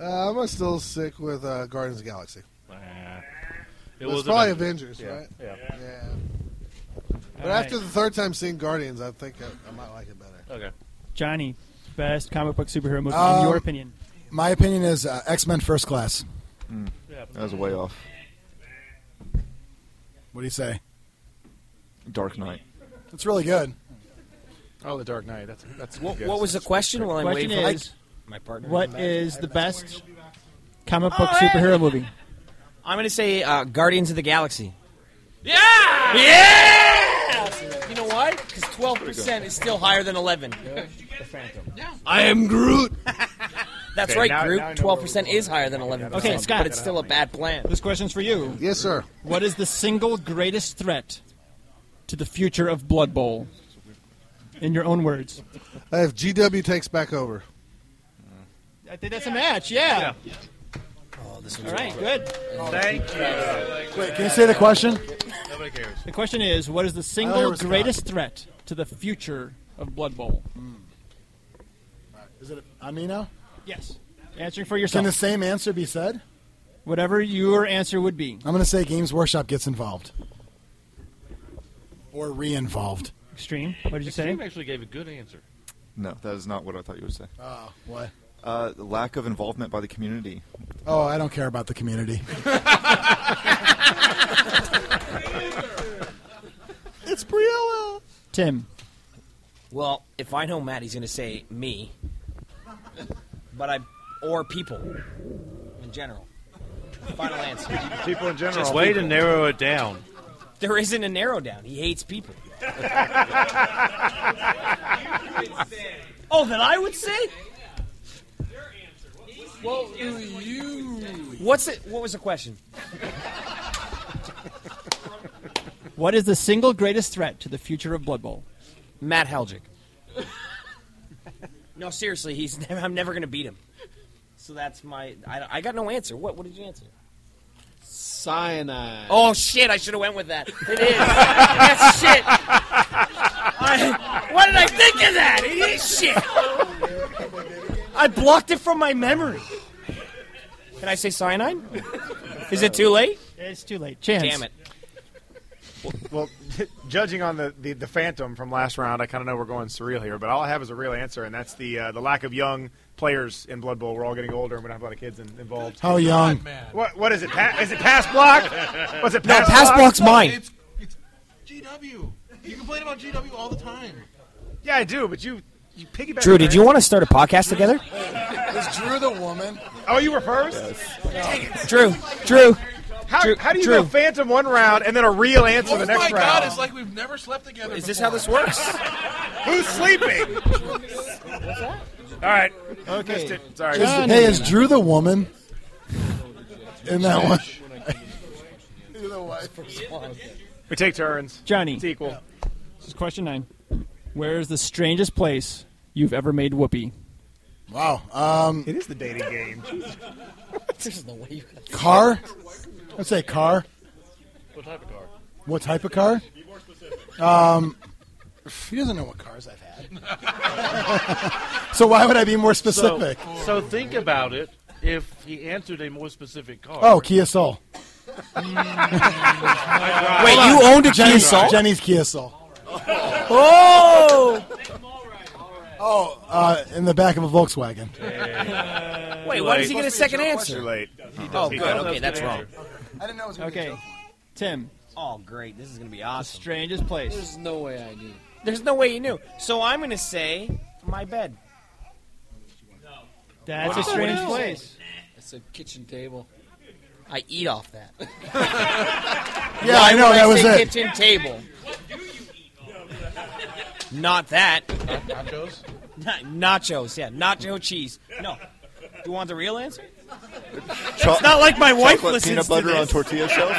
uh, I'm gonna still stick with uh, Guardians of the Galaxy.
It
It's
was
probably
Avengers.
Avengers, right?
Yeah.
Yeah. But after the third time seeing Guardians, I think I, I might like it better.
Okay.
Johnny, best comic book superhero movie in
Um,
your opinion?
My opinion is uh, X Men First Class.
Mm. that was way off.
What do you say?
Dark Knight.
It's really good.
Oh, The Dark Knight. That's that's
What, what was the question? While I'm
Question
waiting for
is,
my partner.
what is the best comic book
Oh, hey!
superhero movie?
I'm gonna say uh, Guardians of the Galaxy.
Yeah.
Yeah. You know why? Because 12 percent is still higher than 11.
I am Groot.
That's
Okay,
right,
now- now I
Group.
know
12 percent
where we're
is higher than 11.
Okay, Scott.
but it's still a bad plan.
This question's for you.
Yes, sir.
What is the single greatest threat to the future of Blood Bowl? In your own words.
If GW takes back over,
I think that's a match. Yeah.
Oh, this
All right. Good.
Thank you.
Wait, can you say the question?
Nobody cares.
The question is, what is the
Oh, here
single
was Scott. Hmm.
greatest threat to the future of Blood Bowl?
Is it on me now?
Yes. Answering for
Can
yourself.
the same answer be said?
Whatever your answer would be.
I'm going to say Games Workshop gets involved. Or re involved.
Extreme. What did you say?
Steve actually gave a good answer.
No, that is not what I thought you would say.
Ah,
Oh, what?
Uh, the lack of involvement by the community.
Oh, I don't care about the community.
It's Briella.
Tim.
Well, if I know Matt, he's going to say me, but I or people in general. Final answer.
people in general.
Just way to narrow it down.
There isn't a narrow down. He hates people. oh, that I would say. What you? What's it? What was the question?
What is the single greatest threat to the future of Blood Bowl?
Matt Helgic. no, seriously, he's. Never, I'm never going to beat him. So that's my. I, I got no answer. What? What did you answer?
Cyanide.
Oh shit! I should have went with that. It is. That's shit. I, why did I think of that? It is shit. I blocked it from my memory. Can I say cyanide? Is it too late?
It's too late. Chance.
Damn it.
Well, judging on the, the, the Phantom from last round, I kind of know we're going surreal here, but all I have is a real answer, and that's the uh, the lack of young players in Blood Bowl. We're all getting older, and we don't have a lot of kids in, involved.
How young?
Man.
What what is it? Pa- is it pass block? What's it? Pass
Pass
block?
block's mine.
It's, it's GW. You complain about GW all the time.
Yeah, I do, but you you piggyback.
Drew, did you want to start a podcast together?
Is Drew the woman?
Oh, you were first.
Drew, Drew.
How,
Drew-
how do you
Drew.
go Phantom one round and then a real answer
oh
the next
my
round?
god, it's like we've never slept together.
Is this how this works?
Who's sleeping? All right.
Okay.
Missed it. Sorry.
Is- hey, is Drew the woman? In that one.
We take turns.
Johnny.
It's equal.
This is question nine. Where is the strangest place you've ever made whoopee?
Wow. Um,
It is the dating game.
There's no way you got
car? Let's say car.
What type of car?
What type of car?
Be more specific.
Um, he doesn't know what cars I've had. so why would I be more specific?
So, so think about it. If he answered a more specific car.
oh, Kia Soul.
Wait, you owned a Kia
Jenny's,
Soul?
Jenny's Kia Soul.
Oh!
Oh, uh, in the back of a Volkswagen.
Wait, why does he get a second
Too
answer?
late.
Oh, good. Okay, that's wrong.
I didn't know it was
Okay, Tim.
Oh, great. This is going to be awesome.
Strangest place.
There's no way I knew.
There's no way you knew. So I'm going to say my bed.
That's a strange place.
I said kitchen table.
I eat off that.
Yeah, I know, that was
say
it.
kitchen table. Not that.
Nachos.
Not nachos, yeah. Nacho cheese. No. Do you want the real answer?
Cho-
Not like my wife
chocolate
listens
peanut
to
butter
this.
on tortilla shells.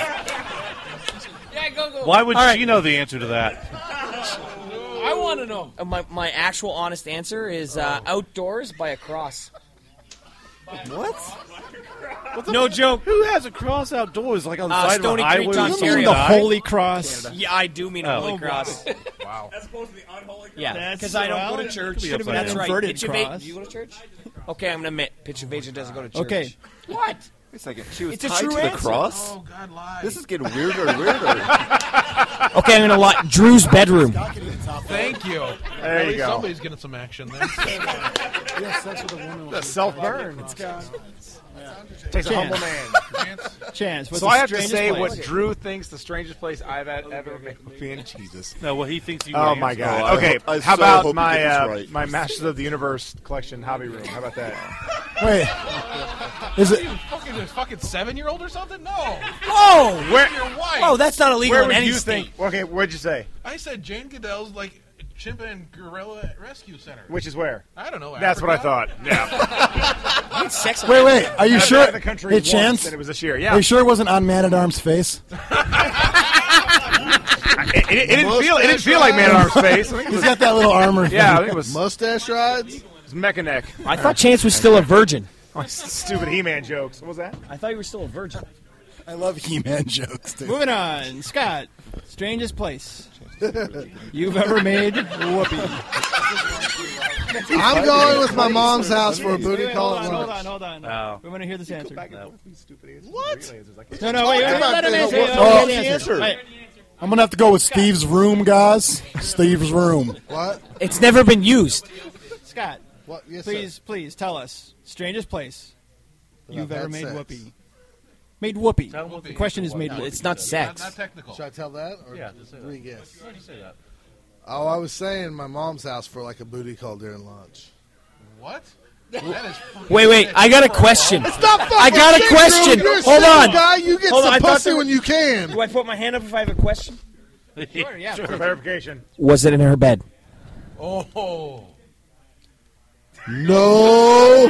Why would she know the answer to that?
I want to know.
Uh, my, my actual honest answer is uh,
Oh.
outdoors by a cross. What? No joke.
Who has a cross outdoors like on the
Uh,
side
Stony
of a highway?
Creek,
with someone
Ontario.
The
died?
Holy Cross.
Yeah, I do mean a
Oh.
holy cross.
As opposed to the unholy
Yeah,
That's-
because I don't
well,
go to
it
church.
could be upside
That's
down.
right.
Inverted
Pitch
cross.
Invasion. You go to church? Okay, I'm gonna admit, Pitch Invasion doesn't go to church.
Okay.
What?
Wait a second. She was
It's a
tied to
true
the
answer.
cross.
Oh god, lie.
This is getting weirder and weirder.
Okay, I'm gonna lie. Drew's bedroom.
Thank you.
There you go.
Somebody's getting some action there.
Self burn. Takes a humble man.
Chance. What's
So
the
I have to
strangest
say
place?
what Drew thinks the strangest place I've at, ever been. Jesus.
No, well, he thinks he.
Oh
would
my
answer.
God.
Oh, I
okay.
hope- I
how
so hope
about
you get
my
this
uh,
right.
my Masters of the Universe collection hobby room? How about that?
Wait. Is it?
fucking a fucking seven year old or something? No.
Oh!
Where
Your wife.
Oh, that's not illegal
where
in
would
any
you
state.
think? Okay, what'd you say?
I said Jane Goodell's like chimp and gorilla rescue center.
Which is where?
I don't know.
That's what I
Africa?
thought. Yeah.
Sex.
Wait, wait. Are you
I've
sure?
been out of the country
Hey,
once,
Chance.
and it was this year.
Are
Yeah.
you sure it wasn't on Man at Arms' face?
It, it- it didn't feel. It didn't feel like Man in Arms Face. I think it
He's
was,
got that little armor. thing.
yeah, I think it was, it
Mustache rides?
was Mechaneck.
I thought Chance was still a virgin.
Stupid He-Man jokes. What was that?
I thought you were still a virgin.
I love He-Man jokes. Dude.
Moving on. Scott. Strangest place you've ever made whoopee.
I'm going with my mom's house for a booty
Wait,
call
hold on,
at
hold
lunch.
on, hold on.
Oh.
We want to hear this answer.
What?
No, no, wait, wait, let
about
him
this.
answer.
What-
Let him
what's the
answer.
answer?
Wait,
I'm gonna have to go with Steve's room, guys. Steve's room.
What?
It's never been used.
Scott,
What? Yes, sir.
please, please tell us. Strangest place
That
you've
I've
ever
had
made
sex.
whoopee. Made whoopee.
Tell him what
The
the
question is
answer
made
was.
whoopee.
It's not
Not,
sex.
not technical.
Should I tell that? Or
Yeah, just say that.
re guess?
Why'd you say that?
Oh, I was saying my mom's house for like a booty call during lunch.
What? That is fucking
Wait, wait.
sick.
I got a question.
Stop fucking
I got a
shit,
question.
Drew. You're a
Hold
single
on.
Guy, you get
Hold on,
some
I thought
pussy
there
when you can.
Do I put my hand up if I have a question?
Sure, yeah.
Verification.
Was it in her bed?
Oh.
No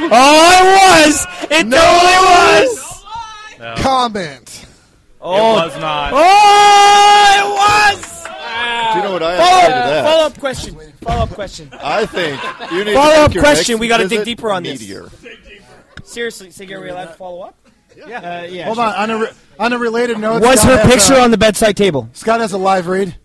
Oh, it was. It totally was.
comment.
Oh, it was not.
Oh, it was.
Do you know what I have to say to that?
Follow up question. Follow up question.
I think you need
Follow-up
to make your
question,
next
we gotta dig
visit
deeper on this.
meteor.
Seriously, Sig, are we allowed to follow up?
Uh, yeah.
Hold on. On a, re- on a related note,
Was
Scott
her
has
picture
a-
on the bedside table?
Scott has a live read.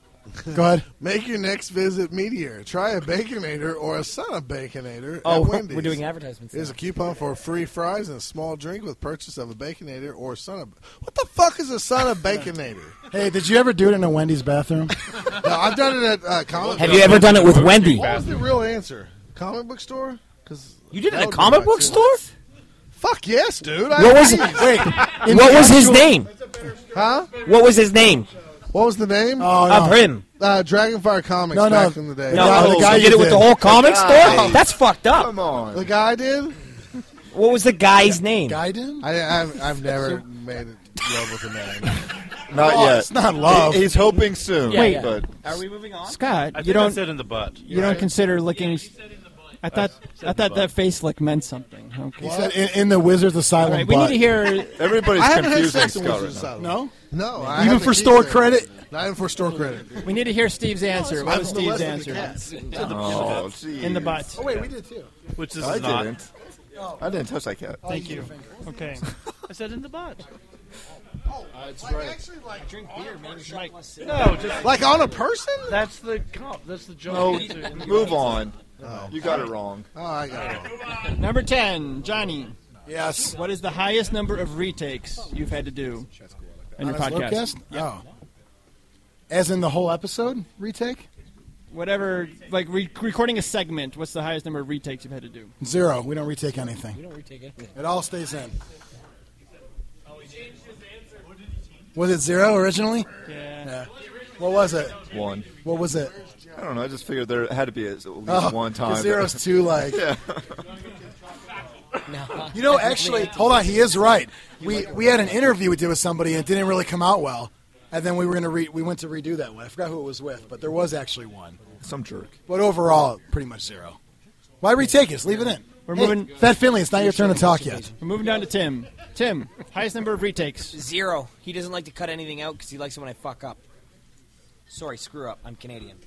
Go ahead.
Make your next visit meteor. Try a baconator or a son of baconator
Oh,
at
we're
Wendy's.
doing advertisements. now.
There's a coupon for free fries and a small drink with purchase of a baconator or son of. What the fuck is a son of baconator?
Hey, did you ever do it in a Wendy's bathroom?
no, I've done it at uh, comic.
Have you ever done it with Wendy?
What was the real answer? Comic book store? Because
You did it at a comic book store?
Fuck yes, dude. I
What was it?
agree.
Wait. What was his name?
Huh?
What was his name
What was the name?
Oh,
of
no.
him?
Uh, Dragonfire Comics
No, no.
back in the day.
The No, guy- the guy you did it with did. the whole comic
comics
store? That's
fucked up. Come on. The guy did? What was the guy's name?
Gaiden?
I, I've, I've never made love with a man.
Not
Oh,
yet.
It's not love.
He- he's hoping soon.
Wait,
but
are we moving on? Scott,
I
you
think I
don't
said in the butt.
You
You're
don't
right.
consider licking. I thought
said
I
in the
thought that
butt.
face lick meant something. Okay.
He said in, in the Wizard's Asylum.
All right, we need
butt.
to hear.
Everybody's
I haven't had
confusing
sex in
Scott
Wizard's
right now.
Asylum.
No,
no,
I
even
haven't
for
either.
store credit.
Not even for store credit.
We need to hear Steve's answer. What was
I'm the
Steve's
lesson
answer?
of the cat.
Oh,
in the
jeez.
butt.
Oh wait, we did too.
Which
No, I didn't. I didn't touch that cat.
Thank you.
Okay. I said in the butt.
it's
Actually, Oh, like drink beer, man.
No, just
like on a person.
That's the comp. That's the
No,
joke.
move on.
Oh.
You got it wrong.
Oh, I got it.
Number ten, Johnny.
Yes.
What is the highest number of retakes you've had to do on your
Honest
podcast?
Lopecast? Oh. As in the whole episode retake?
Whatever, like re- recording a segment. What's the highest number of retakes you've had to do?
Zero. We don't retake anything.
don't retake anything.
It all stays in. Was it zero originally?
Yeah.
What was it?
One.
What was it?
I don't know. I just figured there had to be at least
Ah,
Oh,
one time.
'cause
that-
zero's too, like-
yeah.
You know, actually, hold on. He is right. We we had an interview we did with somebody and it didn't really come out well. And then we were gonna re- we went to redo that one. I forgot who it was with, but there was actually one.
Some jerk.
But overall, pretty much zero. Why retake it? Just leave it in.
We're
Hey,
moving-
Fat Finley, it's not your turn to talk yet.
We're moving down to Tim. Tim, highest number of retakes.
Zero. He doesn't like to cut anything out because he likes it when I fuck up. Sorry, screw up. I'm Canadian.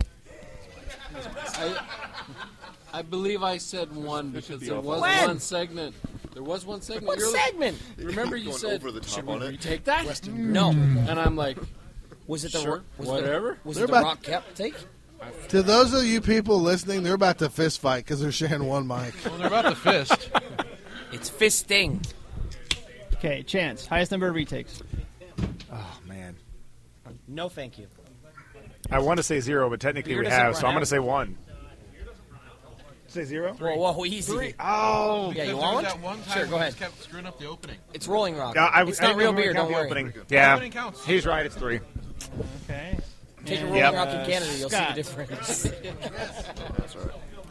I believe I said one because
be
there
awful.
was
When?
one segment. There was one segment.
What
You're-
segment?
Remember you
Going
said
over the top
should we
on it."
retake that?
No.
And I'm like,
Mm. was it the
sure,
ro- was it the-
whatever?
was
They're
it the
about-
rock cap take?
To those of you people listening, they're about to fist fight because they're sharing one mic.
Well, they're about to fist.
It's fisting.
Okay, Chance, highest number of retakes.
Oh man,
No, thank you.
I want to say zero, but technically
Beer
we
doesn't
have, so
run
I'm going
out.
to say one. Say zero.
Whoa, whoa, easy.
Oh,
Because
yeah, you
there was
want one?
that one time
sure,
we
go ahead.
just kept screwing up the opening.
It's Rolling Rock.
Yeah, I-
it's
I
not
didn't
real
really
beer.
count
Don't
the
worry.
opening.
Opening
Yeah,
counts.
he's right. It's three.
Okay.
Take a
And,
Rolling
Yep.
Rock
uh,
in Canada, you'll
Scott.
see the difference.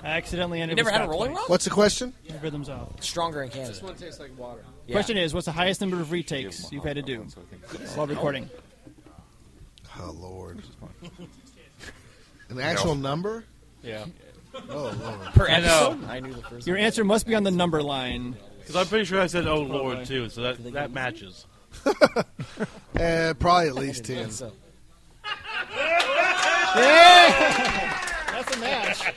I accidentally ended.
You never
with
had a
Scott
Rolling
twice.
What's the question?
Your Rhythms off.
Stronger in Canada.
one tastes like water.
Yeah.
Question is, what's the highest number of retakes you've had to do while recording?
Oh Lord. An actual number?
Yeah.
Oh Lord.
per
I know.
episode. I knew the first.
Your answer must be on the number line.
Because I'm pretty sure I said, "Oh Lord," too. So that that matches.
Uh, probably at least ten.
So
That's a match.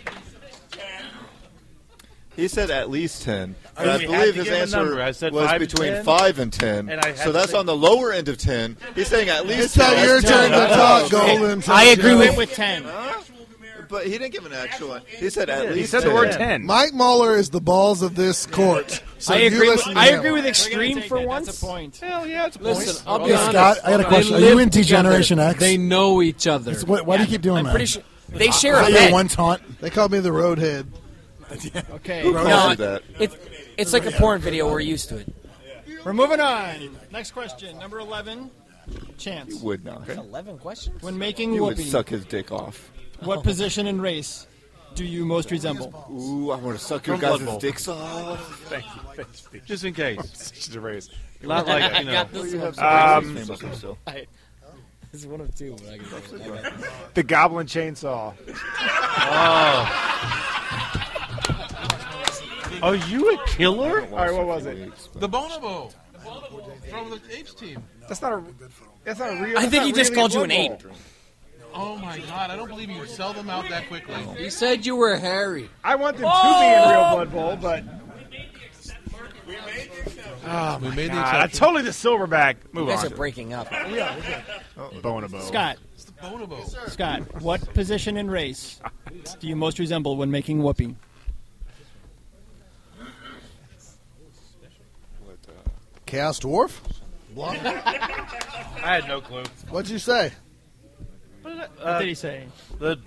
He said at least ten.
I
And I
mean, we had
believe
to
his
give a
answer
number. I said
was
five to
between
10,
five and ten.
and I had
so
to
that's
say-
on the lower end of ten. He's saying at least.
It's not
10.
your turn to talk, Golden. I agree
Went with ten.
But he didn't give an actual. He said at
He
least.
said the word
10.
ten.
Mike Mueller is the balls of this court. So
I
you
agree. With,
listen to
I
him.
agree with extreme for once.
That's a point.
Hell yeah, it's
Listen, I'll be
Hey,
honest.
Scott, I got a
They
question. Are you
live
in Degeneration
together.
X?
They know each other.
It's- what- why do you keep doing
I'm
that?
pretty sure they share
Is
a
that your
bed.
one taunt?
They call me the roadhead.
Okay,
Who
No,
called you that?
it's it's like a porn video. We're used to it.
we're moving on. Next question, number eleven. Chance.
Would not.
Eleven questions.
When making
You would
whoopee,
suck his dick off.
what position and race do you most resemble?
Ooh, I want to suck your
From Blood
guys'
Bowl.
dicks off.
Thank you. Thank you.
just in case.
Just a raise.
Not like you know.
You have
Um,
some names still.
It's one of two. but I can go with that.
The Goblin Chainsaw.
Oh.
Are you a killer?
All right, what was it?
The bonobo. From the apes team.
That's not a. That's not a real.
I
that's
think
not
he just
really
called you an
Blood
ape.
Bowl.
Oh my god! I don't believe you would sell them out that quickly.
He said you were hairy.
I want them to be in real Blood Bowl, but
we made the
Ah,
exception.
totally the silverback. Move
You guys are
on.
breaking up.
Bonobo.
Scott.
It's the bonobo.
Scott, what position and race do you most resemble when making whoopee?
Chaos Dwarf?
I had no clue.
What'd you say?
What did he say?
The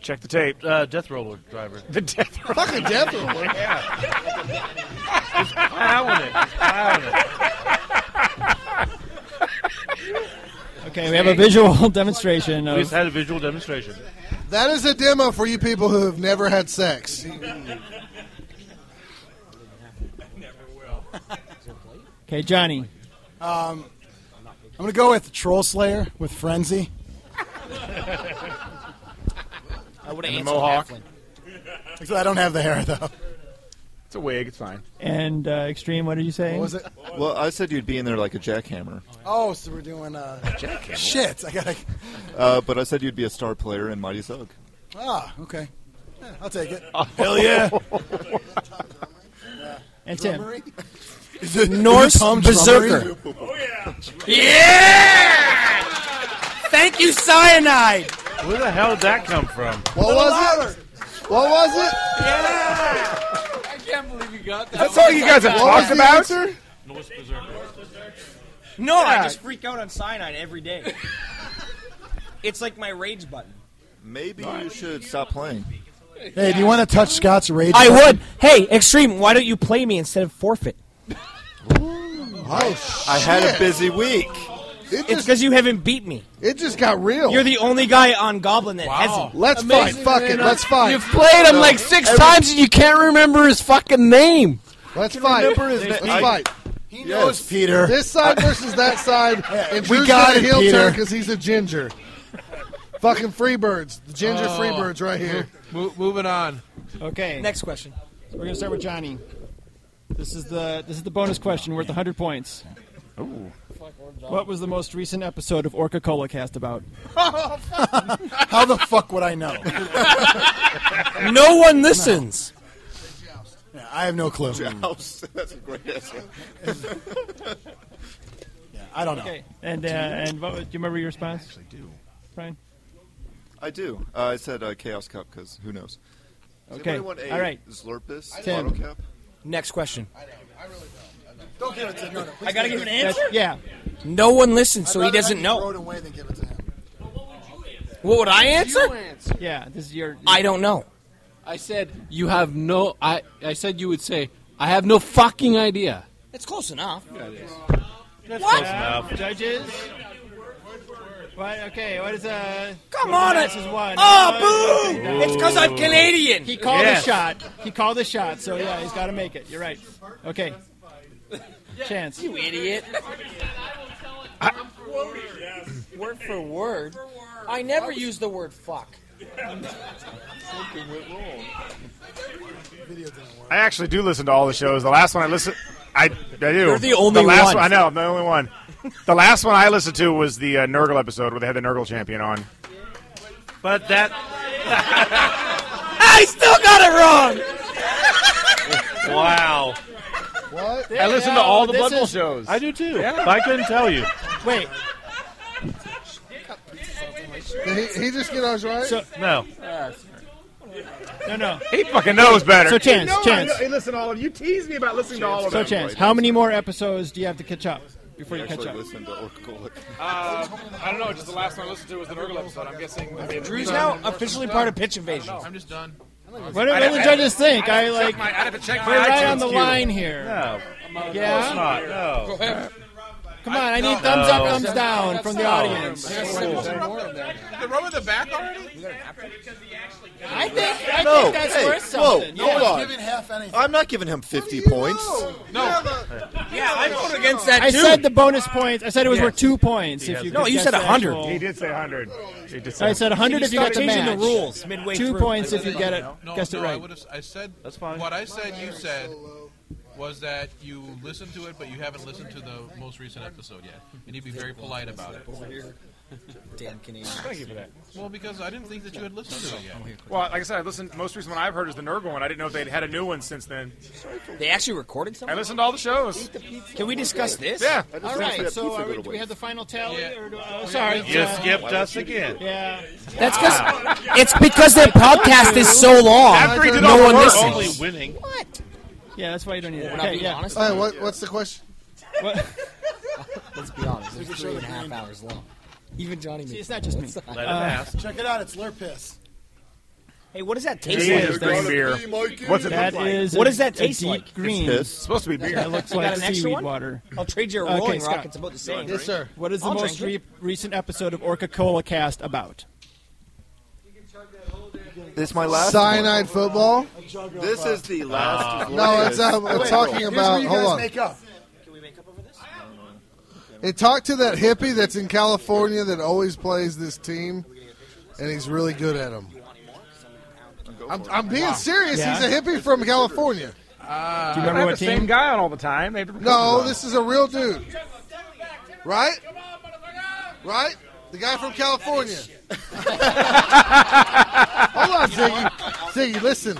Check the tape.
uh, death roller driver.
The death.
Fucking definitely.
I own it. I own it.
Okay, we have a visual demonstration
We just
of.
had a visual demonstration.
That is a demo for you people who have never had sex.
Okay, Johnny.
Um, I'm going to go with Troll Slayer with Frenzy.
I would
And the
have
mohawk.
Except I don't have the hair, though.
It's a wig. It's fine.
And uh, Extreme, what did you say?
What was it?
Well, I said you'd be in there like a jackhammer,
Oh, so we're doing uh,
Jackhammer.
shit. I gotta.
uh, but I said you'd be a star player in Mighty Zug.
Ah, okay. Eh, I'll take it.
hell yeah.
And Tim.
Drummery?
Is it Norse
Tom
Berserker.
Drummery?
Yeah! Thank you, cyanide.
Where the hell did that come from?
What was it? What was it?
I can't believe you got that.
That's all you guys have
What was
talked
the
about.
answer?
Norse Berserker.
No, I
Yeah.
just freak out on cyanide every day. it's like my rage button.
Maybe you should stop playing.
Hey, do you want to touch Scott's rage?
I would. Hey, Extreme, why don't you play me instead of forfeit?
Oh, shit.
I had a busy week.
It
It's
just,
because you haven't beat me.
it just got real.
You're the only guy on Goblin that hasn't.
Let's fight. Fuck it. Let's fight.
You've played him like six times and you can't remember his fucking name.
Let's fight.
remember his
Let's
name.
fight.
He knows Peter.
This side versus that side. And
we
Drew's
got
got a
it,
heel
Peter.
turn because he's a ginger. Fucking Freebirds. The ginger
Oh.
Freebirds right here.
Mo- moving on.
Okay,
Next question.
we're gonna start with Johnny. This is the this is the bonus question worth 100 points. What was the most recent episode of Orca Cola Cast about?
Oh,
How the fuck would I know?
No one listens.
Yeah, I have no clue.
House. That's a great answer.
I don't know.
And uh, and what, was- do you remember your response? actually do. Brian.
I do. Uh, I said uh, Chaos Cup because who knows? Does
Okay.
anybody want a
All right.
Slurpus
Tim.
bottle cap?
Next question.
Don't give it to him. No, no,
I gotta give an answer.
That's- yeah.
No one listens, so he doesn't
Throw
know.
it away than give it to him.
What would I answer?
Yeah. This is your.
I don't know.
I said you have no. I I said you would say I have no fucking idea.
It's close enough.
Judges. What? Okay. What is uh?
Come on,
This
it.
is one.
Oh, boo! It's because I'm Canadian.
He called
Yes.
a shot. He called a shot. So yeah, he's got to make it. You're right. Okay. Chance.
You idiot. Word for word. I never use the word fuck.
I actually do listen to all the shows. The last one I listen, I, I do.
You're the only
last
one.
I know. I'm the only one. The last one I listened to was the uh, Nurgle episode where they had the Nurgle champion on.
But that
I still got it wrong.
wow.
What?
I
Listen to all the
this
Blood Bowl
is-
shows.
I do too. But I couldn't tell you.
Wait.
Did he, he just get ours right?
So-
No.
No, no.
he fucking knows better.
So Chance,
He knows-
Chance.
Hey, listen, to all of you tease me about listening to all of
So
them.
Chance, how many more episodes do you have to catch up before you catch
Actually,
up?
listen to Oracle.
Uh, I don't know. Just the last one I listened to was the Nurgle episode. I'm guessing.
Drew's now officially part of Pitch Invasion.
I'm just done.
What do what do the judges think? I like.
I have to check
We're right on the line here.
No. It's
Yeah.
not. No.
Come on, I need thumbs up,
No.
thumbs down from the audience.
The row in the back already?
I think I
No,
think that's
hey,
worth
whoa,
something.
no
yeah.
one-
Giving half anything.
I'm not giving him 50 points.
Yeah, I voted against that
I
too. Uh,
said the bonus points. I said it was worth two points. If you
No,
could
you
guess
said
the
100.
actual-
He did say 100. He did say
I said 100 if you got the
changing
match.
the rules midway
Two
through.
points if you get it.
No,
guessed
no,
it
I
right.
would have. I said
That's fine.
What I said, you said was that you listened to it, but you haven't listened to the most recent episode yet. You need to be very polite about it.
Damn Canadian.
Well, because I didn't think that you had listened to it yet.
Well, like I said, I listened. Most recent one I've heard is the Nurgle one. I didn't know if they'd had a new one since then.
They actually recorded
I
something.
listened to all the shows.
Can we discuss this?
Yeah.
All right, so
uh,
are we,
away.
do we have the final tally?
Yeah.
Or do, oh, sorry.
You
uh,
skipped us again.
yeah.
Ah.
That's because it's because their podcast is so long.
After he did
no
all the
one
work.
listens.
Only winning.
Yeah, that's why you don't need it.
We're not
Okay,
being
yeah.
honest.
All right, what, what's the question?
What-
Let's be honest. It's three and a half hours long. Even Johnny.
it's not just me. Uh,
Let him ask.
Check it out. It's Lurpis.
Uh, Hey, what does that
It
taste
is
like?
green beer. What's it
That
look like?
is
What does
a-
that
a
taste
deep
like?
Green.
It's supposed to be beer.
That looks
You got
like
an extra
seaweed
one?
water.
I'll trade you a
Okay,
Rolling
Scott.
Rock. It's about the same.
Yes, sir.
What is the
I'll
most re-
drink
recent episode of Orca Cola Cast about?
This is my last.
Cyanide football.
one. This is
uh,
the last.
No, it's, um, we're talking
Here's
about-
where you
hold
guys
on.
make
up.
It talked to that hippie that's in California that always plays this team, and he's really good at them. I'm, I'm being serious.
Yeah.
He's a hippie from California.
Uh,
Do you remember
have
what
the
team?
same guy on all the time? They-
No, this is a real dude. Right? Right? The guy from California. Hold on, Ziggy. Ziggy, listen.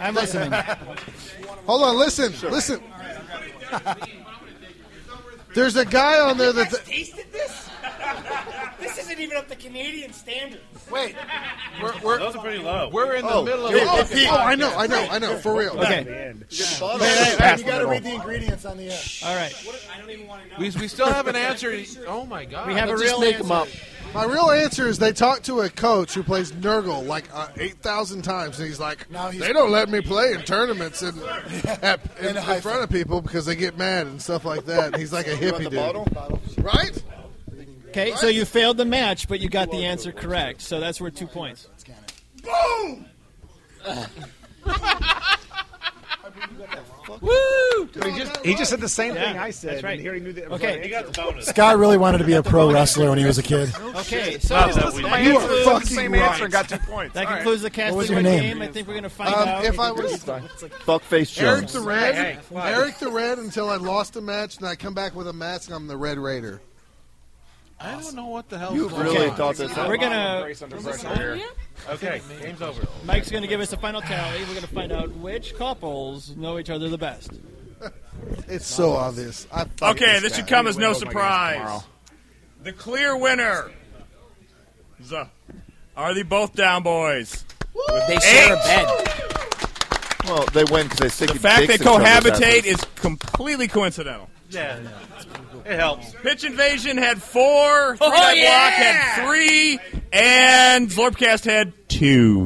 I'm listening.
Hold on, listen, listen. There's a guy on there
guys
that's.
tasted this? this isn't even up to Canadian standards.
Wait,
Those are pretty low.
We're in the
Oh,
middle of
dude,
a
oh, oh, I know, I know, I know, for real.
Okay.
you got to read the ingredients on the air.
All right.
We, we still haven't answered. Oh my god!
We have a
Just
real
make
answer.
'em up.
My real answer is they talked to a coach who plays Nurgle like uh, 8,000 times, and he's like,
Now he's-
they don't let me play in tournaments in, at, in,
In a
in front of people because they get mad and stuff like that. And he's like a hippie dude. Right?
Okay, so you failed the match, but you got the answer correct. So that's worth two points.
Boom!
Woo!
He just, he just said the same
Yeah,
thing I said.
that's right.
and here he knew that.
Okay.
He got the bonus.
Scott really wanted to be a pro wrestler when he was a kid.
Okay, so
Not
that,
that we
I
need.
answered the
fucking
same
right.
answer and got two points. All right.
concludes the
What was
casting
your name?
game. I think we're going to find
Um,
out.
if I was
Fuckface
Eric
Jones.
the Red,
Hey, hey, why?
Eric the Red until I lost a match, and I come back with a mask, and I'm the Red Raider.
I don't know what the hell.
You really thought this out.
We're gonna.
Grace under pressure here.
Okay, game's over.
Mike's gonna give us a final tally. We're gonna find out which couples know each other the best.
It's so obvious. I fuck
Okay, this
guy.
should come as no
Anyway, we'll go against
surprise. The clear winner is, uh, are the both down boys.
They share a bed.
Well, they win because they stick
The fact they cohabitate is completely coincidental.
Yeah, it helps.
Pitch Invasion had four, Three Night Block had three, and Zlorpcast had two.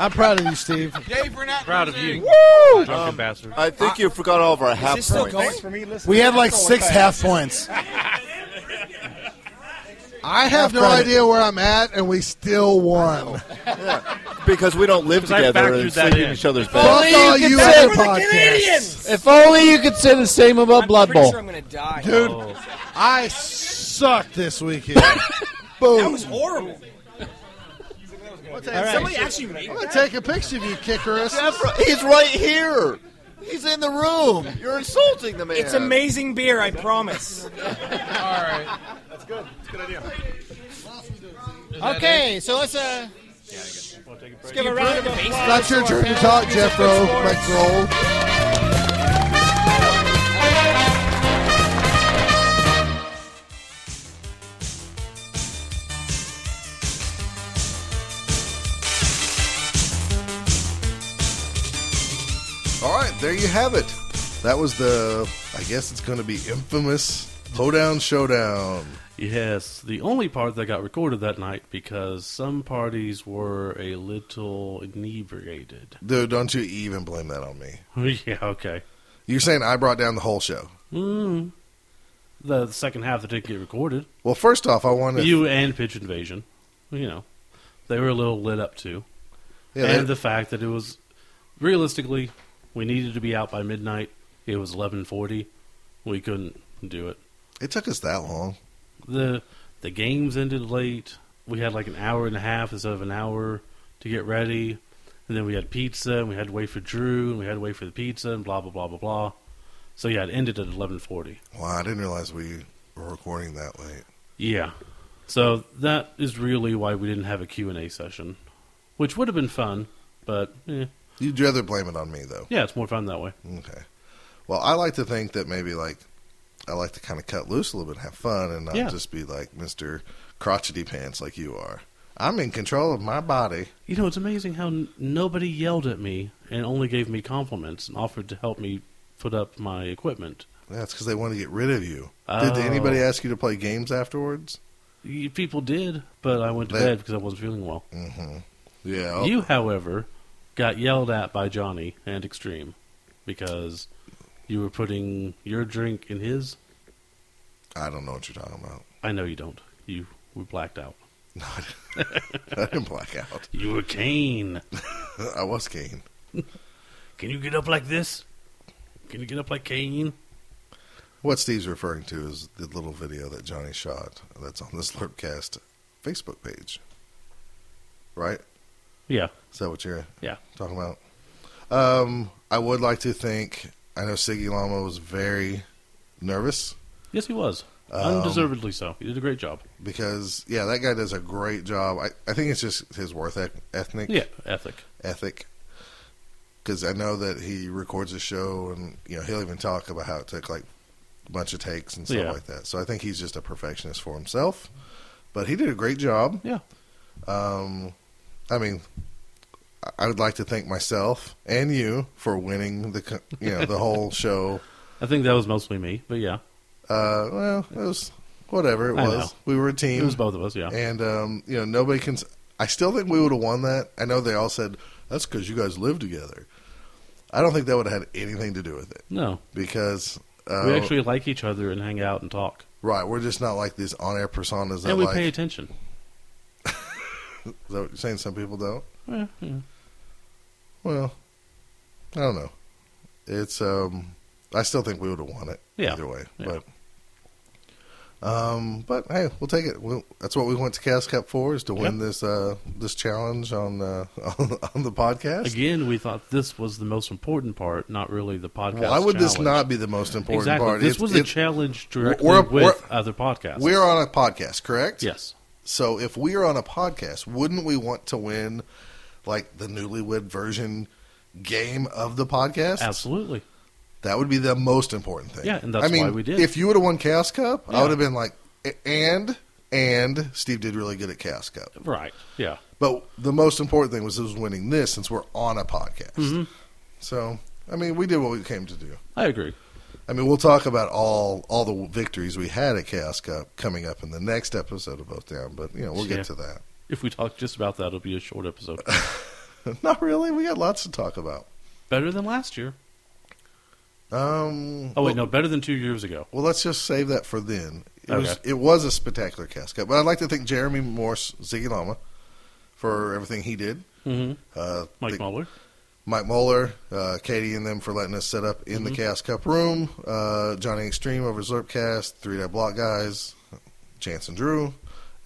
I'm proud of you, Steve.
Yay for not
Proud of
losing.
you. Drunken bastard.
Um, I think you forgot all of our half points.
this still going?
Thanks for me listening.
We had like six half points.
I have no
credit.
idea where I'm at, and we still won.
Because we don't live
'Cause I
together
factored
and
that
sleep in
in.
each other's
Fuck
beds.
all you other podcasts.
If only you could say the same about
I'm
Blood
pretty
Bowl.
sure I'm gonna die.
Dude, I suck this weekend. Boom.
That was horrible. Somebody actually made
I'm going to take a picture of you, Kickerus.
He's right here. He's in the room. You're insulting the man.
It's amazing beer, I promise.
Okay, so let's uh. Let's give a round of applause.
Not your turn to talk, Jeffro. Mike Grohl. All right, there you have it. That was the, I guess it's going to be infamous Lowdown Showdown.
Yes, the only part that got recorded that night because some parties were a little inebriated.
Dude, don't you even blame that on me.
yeah, okay.
You're saying I brought down the whole show.
Mm. The, the second half that didn't get recorded,
Well, first off, I want to.
you and Pitch Invasion, you know, they were a little lit up too,
yeah,
and
they-
the fact that it was realistically we needed to be out by midnight. It was eleven forty. We couldn't do it.
it took us that long.
the the games ended late. We had like an hour and a half instead of an hour to get ready, and then we had pizza, and we had to wait for Drew, and we had to wait for the pizza, and blah blah blah blah blah. So yeah, it ended at eleven forty.
Wow, I didn't realize we were recording that late.
Yeah, so that is really why we didn't have a Q and A session, which would have been fun, but eh,
You'd rather blame it on me, though.
yeah, it's more fun that way.
Okay. Well, I like to think that maybe like I like to kind of cut loose a little bit, and have fun, and not
Yeah.
just be like Mister Crotchety Pants like you are. I'm in control of my body.
You know, it's amazing how n- nobody yelled at me and only gave me compliments and offered to help me put up my equipment.
That's because they want to get rid of you. Did
Oh.
anybody ask you to play games afterwards?
Y- People did, but I went to
They-
bed because I wasn't feeling well. Mm-hmm.
oh.
Yeah.
You, however, got yelled at by Johnny and Extreme because you were putting your drink in his.
I don't know what you're talking about.
I know you don't. You were blacked out.
No, I didn't, I didn't black out.
You were Kane.
I was Kane.
Can you get up like this? Can you get up like Kane?
What Steve's referring to is the little video that Johnny shot that's on the Slurpcast Facebook page. Right?
Yeah.
Is that what you're
Yeah.
talking about? Um, I would like to thank. I know Siggy Lama was very nervous.
Yes, he was.
Um,
Undeservedly so. He did a great job.
Because, yeah, that guy does a great job. I, I think it's just his worth eth- ethnic.
Yeah, ethic.
Ethic. Because I know that he records a show and, you know, he'll even talk about how it took, like, a bunch of takes and stuff
Yeah.
like that. So I think he's just a perfectionist for himself. But he did a great job.
Yeah.
Um, I mean, I- I would like to thank myself and you for winning the, co- you know, the whole show.
I think that was mostly me, but yeah.
Uh, well, it was whatever it
I
was.
know.
We were a team.
It was both of us, yeah.
And um, you know, nobody can. s- I still think we would have won that. I know they all said that's because you guys live together. I don't think that would have had anything to do with it.
No.
because uh,
we actually like each other and hang out and talk.
right. We're just not like these on-air personas. That
and we
like,
pay attention.
is that what you're saying? Some people don't.
Yeah, yeah.
Well, I don't know. It's um, I still think we would have won it
Yeah.
either way.
Yeah.
But um, but hey, we'll take it. We'll, that's what we went to Cast Cup for is to win this uh this challenge on uh, on, on the podcast.
Again, we thought this was the most important part, not really the podcast.
Why would this
challenge.
not be the most important
exactly.
part?
This
It's-
was a
it's-
challenge directly
we're-
with
we're-
other podcasts.
We're on a podcast, correct?
Yes.
So if we are on a podcast, wouldn't we want to win like the newlywed version game of the podcast?
Absolutely.
That would be the most important thing.
Yeah, and that's
I mean,
why we did.
If you would have won Chaos Cup, I
Yeah.
would have been like, "A- and and Steve did really good at Chaos Cup.
Right. Yeah.
But the most important thing was was winning this since we're on a podcast.
Mm-hmm.
So I mean, we did what we came to do.
I agree.
I mean, we'll talk about all all the victories we had at Chaos Cup coming up in the next episode of Both Down, but you know we'll
Yeah.
get to that.
If we talk just about that, it'll be a short episode.
Not really. We got lots to talk about.
better than last year.
Um.
Oh wait,
well,
no, better than two years ago.
Well, let's just save that for then. It was
Okay.
it was a spectacular Chaos Cup, but I'd like to thank Jeremy Morse, Ziggy Lama, for everything he did.
Mhm.
Uh,
Mike
thank-
Muller.
Mike Muller, uh, Katie, and them for letting us set up in the
Mhm.
Chaos Cup room. Uh, Johnny Extreme over Zerpcast, Three Day Block guys, Chance and Drew,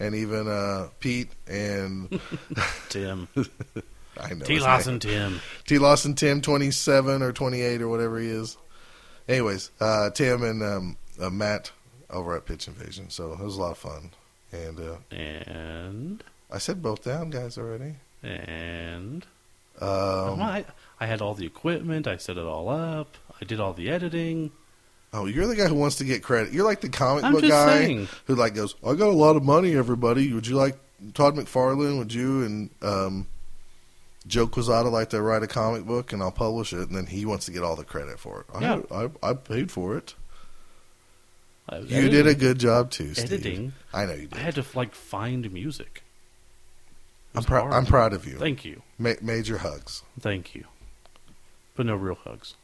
and even uh, Pete and
Tim.
I know
T.
his
Lawson
name.
Tim.
T. Lawson Tim, twenty seven or twenty eight or whatever he is. Anyways, uh, Tim and um, uh, Matt over at Pitch Invasion. So it was a lot of fun. And uh,
And
I said both down guys already.
and
Um,
I, I had all the equipment. I set it all up. I did all the editing.
Oh, you're the guy who wants to get credit. You're like the comic
I'm
book
just
guy
saying.
who like goes, "I got a lot of money, everybody. Would you like Todd McFarlane? Would you and um, Joe Quezada like to write a comic book and I'll publish it?" And then he wants to get all the credit for it.
Yeah.
I, I, I paid for it.
I was
You did a good job too, Steve.
Editing.
I know you did.
I had to like find music. It
I'm
was
proud.
hard.
I'm proud of you.
Thank you.
Ma- major hugs.
Thank you. But no real hugs.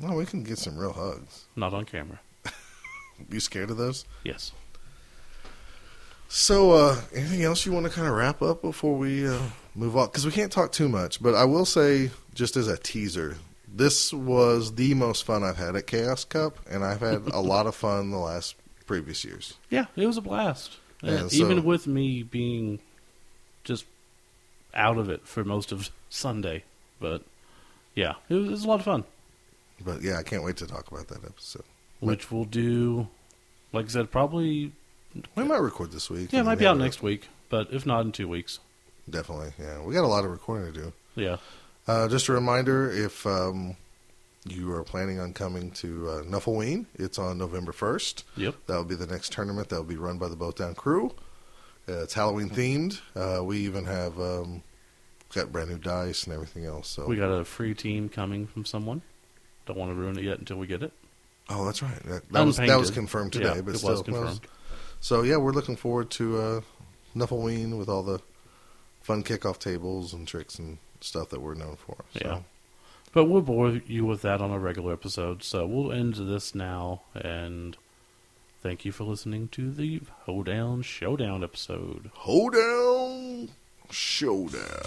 No, we can get some real hugs.
Not on camera.
You scared of those?
Yes.
So, uh, anything else you want to kind of wrap up before we uh, move on? Because we can't talk too much, but I will say, just as a teaser, this was the most fun I've had at Chaos Cup, and I've had a lot of fun the last previous years.
Yeah, it was a blast.
Yeah,
And
so-
Uh, Even with me being just out of it for most of Sunday, but yeah, it was, it was a lot of fun.
But yeah, I can't wait to talk about that episode.
Which we'll do, like I said, probably.
We might record this week.
Yeah, it
and
might be
then
out
we'll-
next week, but if not, in two weeks.
Definitely, yeah. We got a lot of recording to do.
Yeah.
Uh, just a reminder if um, you are planning on coming to uh, Nuffleween, it's on November 1st.
Yep.
That will be the next tournament that will be run by the Boat Down crew. Uh, it's Halloween themed. Uh, we even have um, got brand new dice and everything else. So
We got a free team coming from someone. Don't want to ruin it yet until we get it.
Oh, that's right. That, that was that was
Unpainted.
confirmed
Yeah,
today, but
it
still,
was confirmed.
that was- So yeah, we're looking forward to uh, Nuffleween with all the fun kickoff tables and tricks and stuff that we're known for. So.
Yeah. But we'll bore you with that on a regular episode, so we'll end this now. And thank you for listening to the Hoedown Showdown episode.
Hoedown Showdown.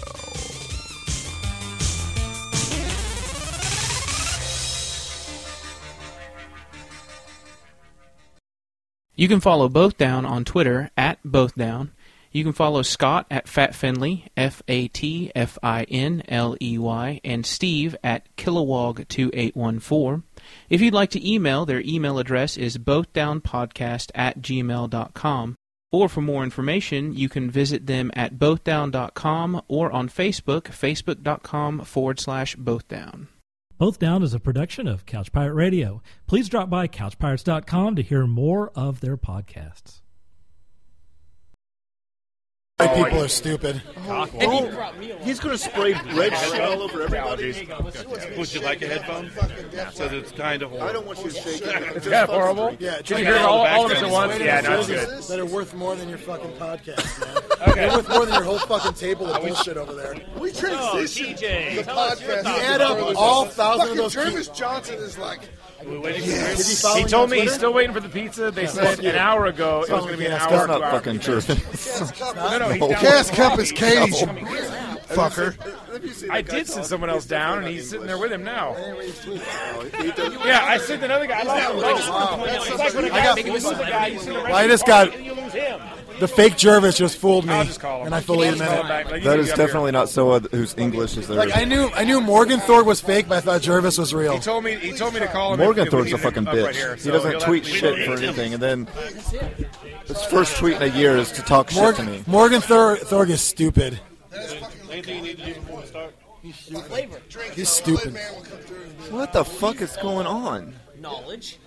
You can follow Both Down on Twitter at Both Down. You can follow Scott at Fat Finley, F A T F I N L E Y, and Steve at Kilowog2814. If you'd like to email, their email address is bothdownpodcast at gmail.com. Or for more information, you can visit them at bothdown.com or on Facebook, facebook.com forward slash bothdown.
Both Down is a production of Couch Pirate Radio. Please drop by couchpirates.com to hear more of their podcasts.
White people are stupid.
he's going to spray red shit all over everybody.
Would you like a headphone? So that it's kind of horrible.
I don't want you to shake it.
It's that horrible? Can you hear it all, all of us at once?
Wait a
Yeah,
minute,
no, it's
those
good.
That are worth more than your fucking podcast, man. They're worth more than your whole fucking table of bullshit over there.
We
Oh,
transitioned
TJ,
the
tell us your
podcast.
thoughts. You add up all thousand of
Fucking
those
Jervis Johnson is like.
He, told me he's still waiting for the pizza. They
Yeah.
said
Fuck you.
an hour ago it was going
Sounds
to
like
be an
Gas
hour.
Cup.
two
Not
hours.
fucking Jervis.
No, no, he's
No.
down
Gas
with
Cup
Robbie.
is Katie's, you
Coming here.
fucker.
I did send someone else down, and he's sitting there with him now. Yeah, I sent another guy. I lost him.
I just wanna point out,
It's like when a
I
guy
got-
loses a guy, you send a
Well, I just got
you lose him.
the fake Jervis just fooled me,
I'll just call him.
and I fully
I'll just
admit
call him back. Like,
it.
you
That is definitely not Soa whose English is there.
Like I knew, I knew Morgan Thorpe was fake, but I thought Jervis was real.
He told me. He told me to call him.
Morgan
if- if
Thorne's
we
a fucking
needed him up right
bitch.
here,
he
so
doesn't
he'll have
tweet
to be-
shit for anything, and then his first tweet in a year is to talk shit to
Morgan,
me.
Morgan Thor- Thorpe is stupid.
Anything you need to do before we start?
Flavor.
He's stupid.
What the fuck is going on?
Knowledge.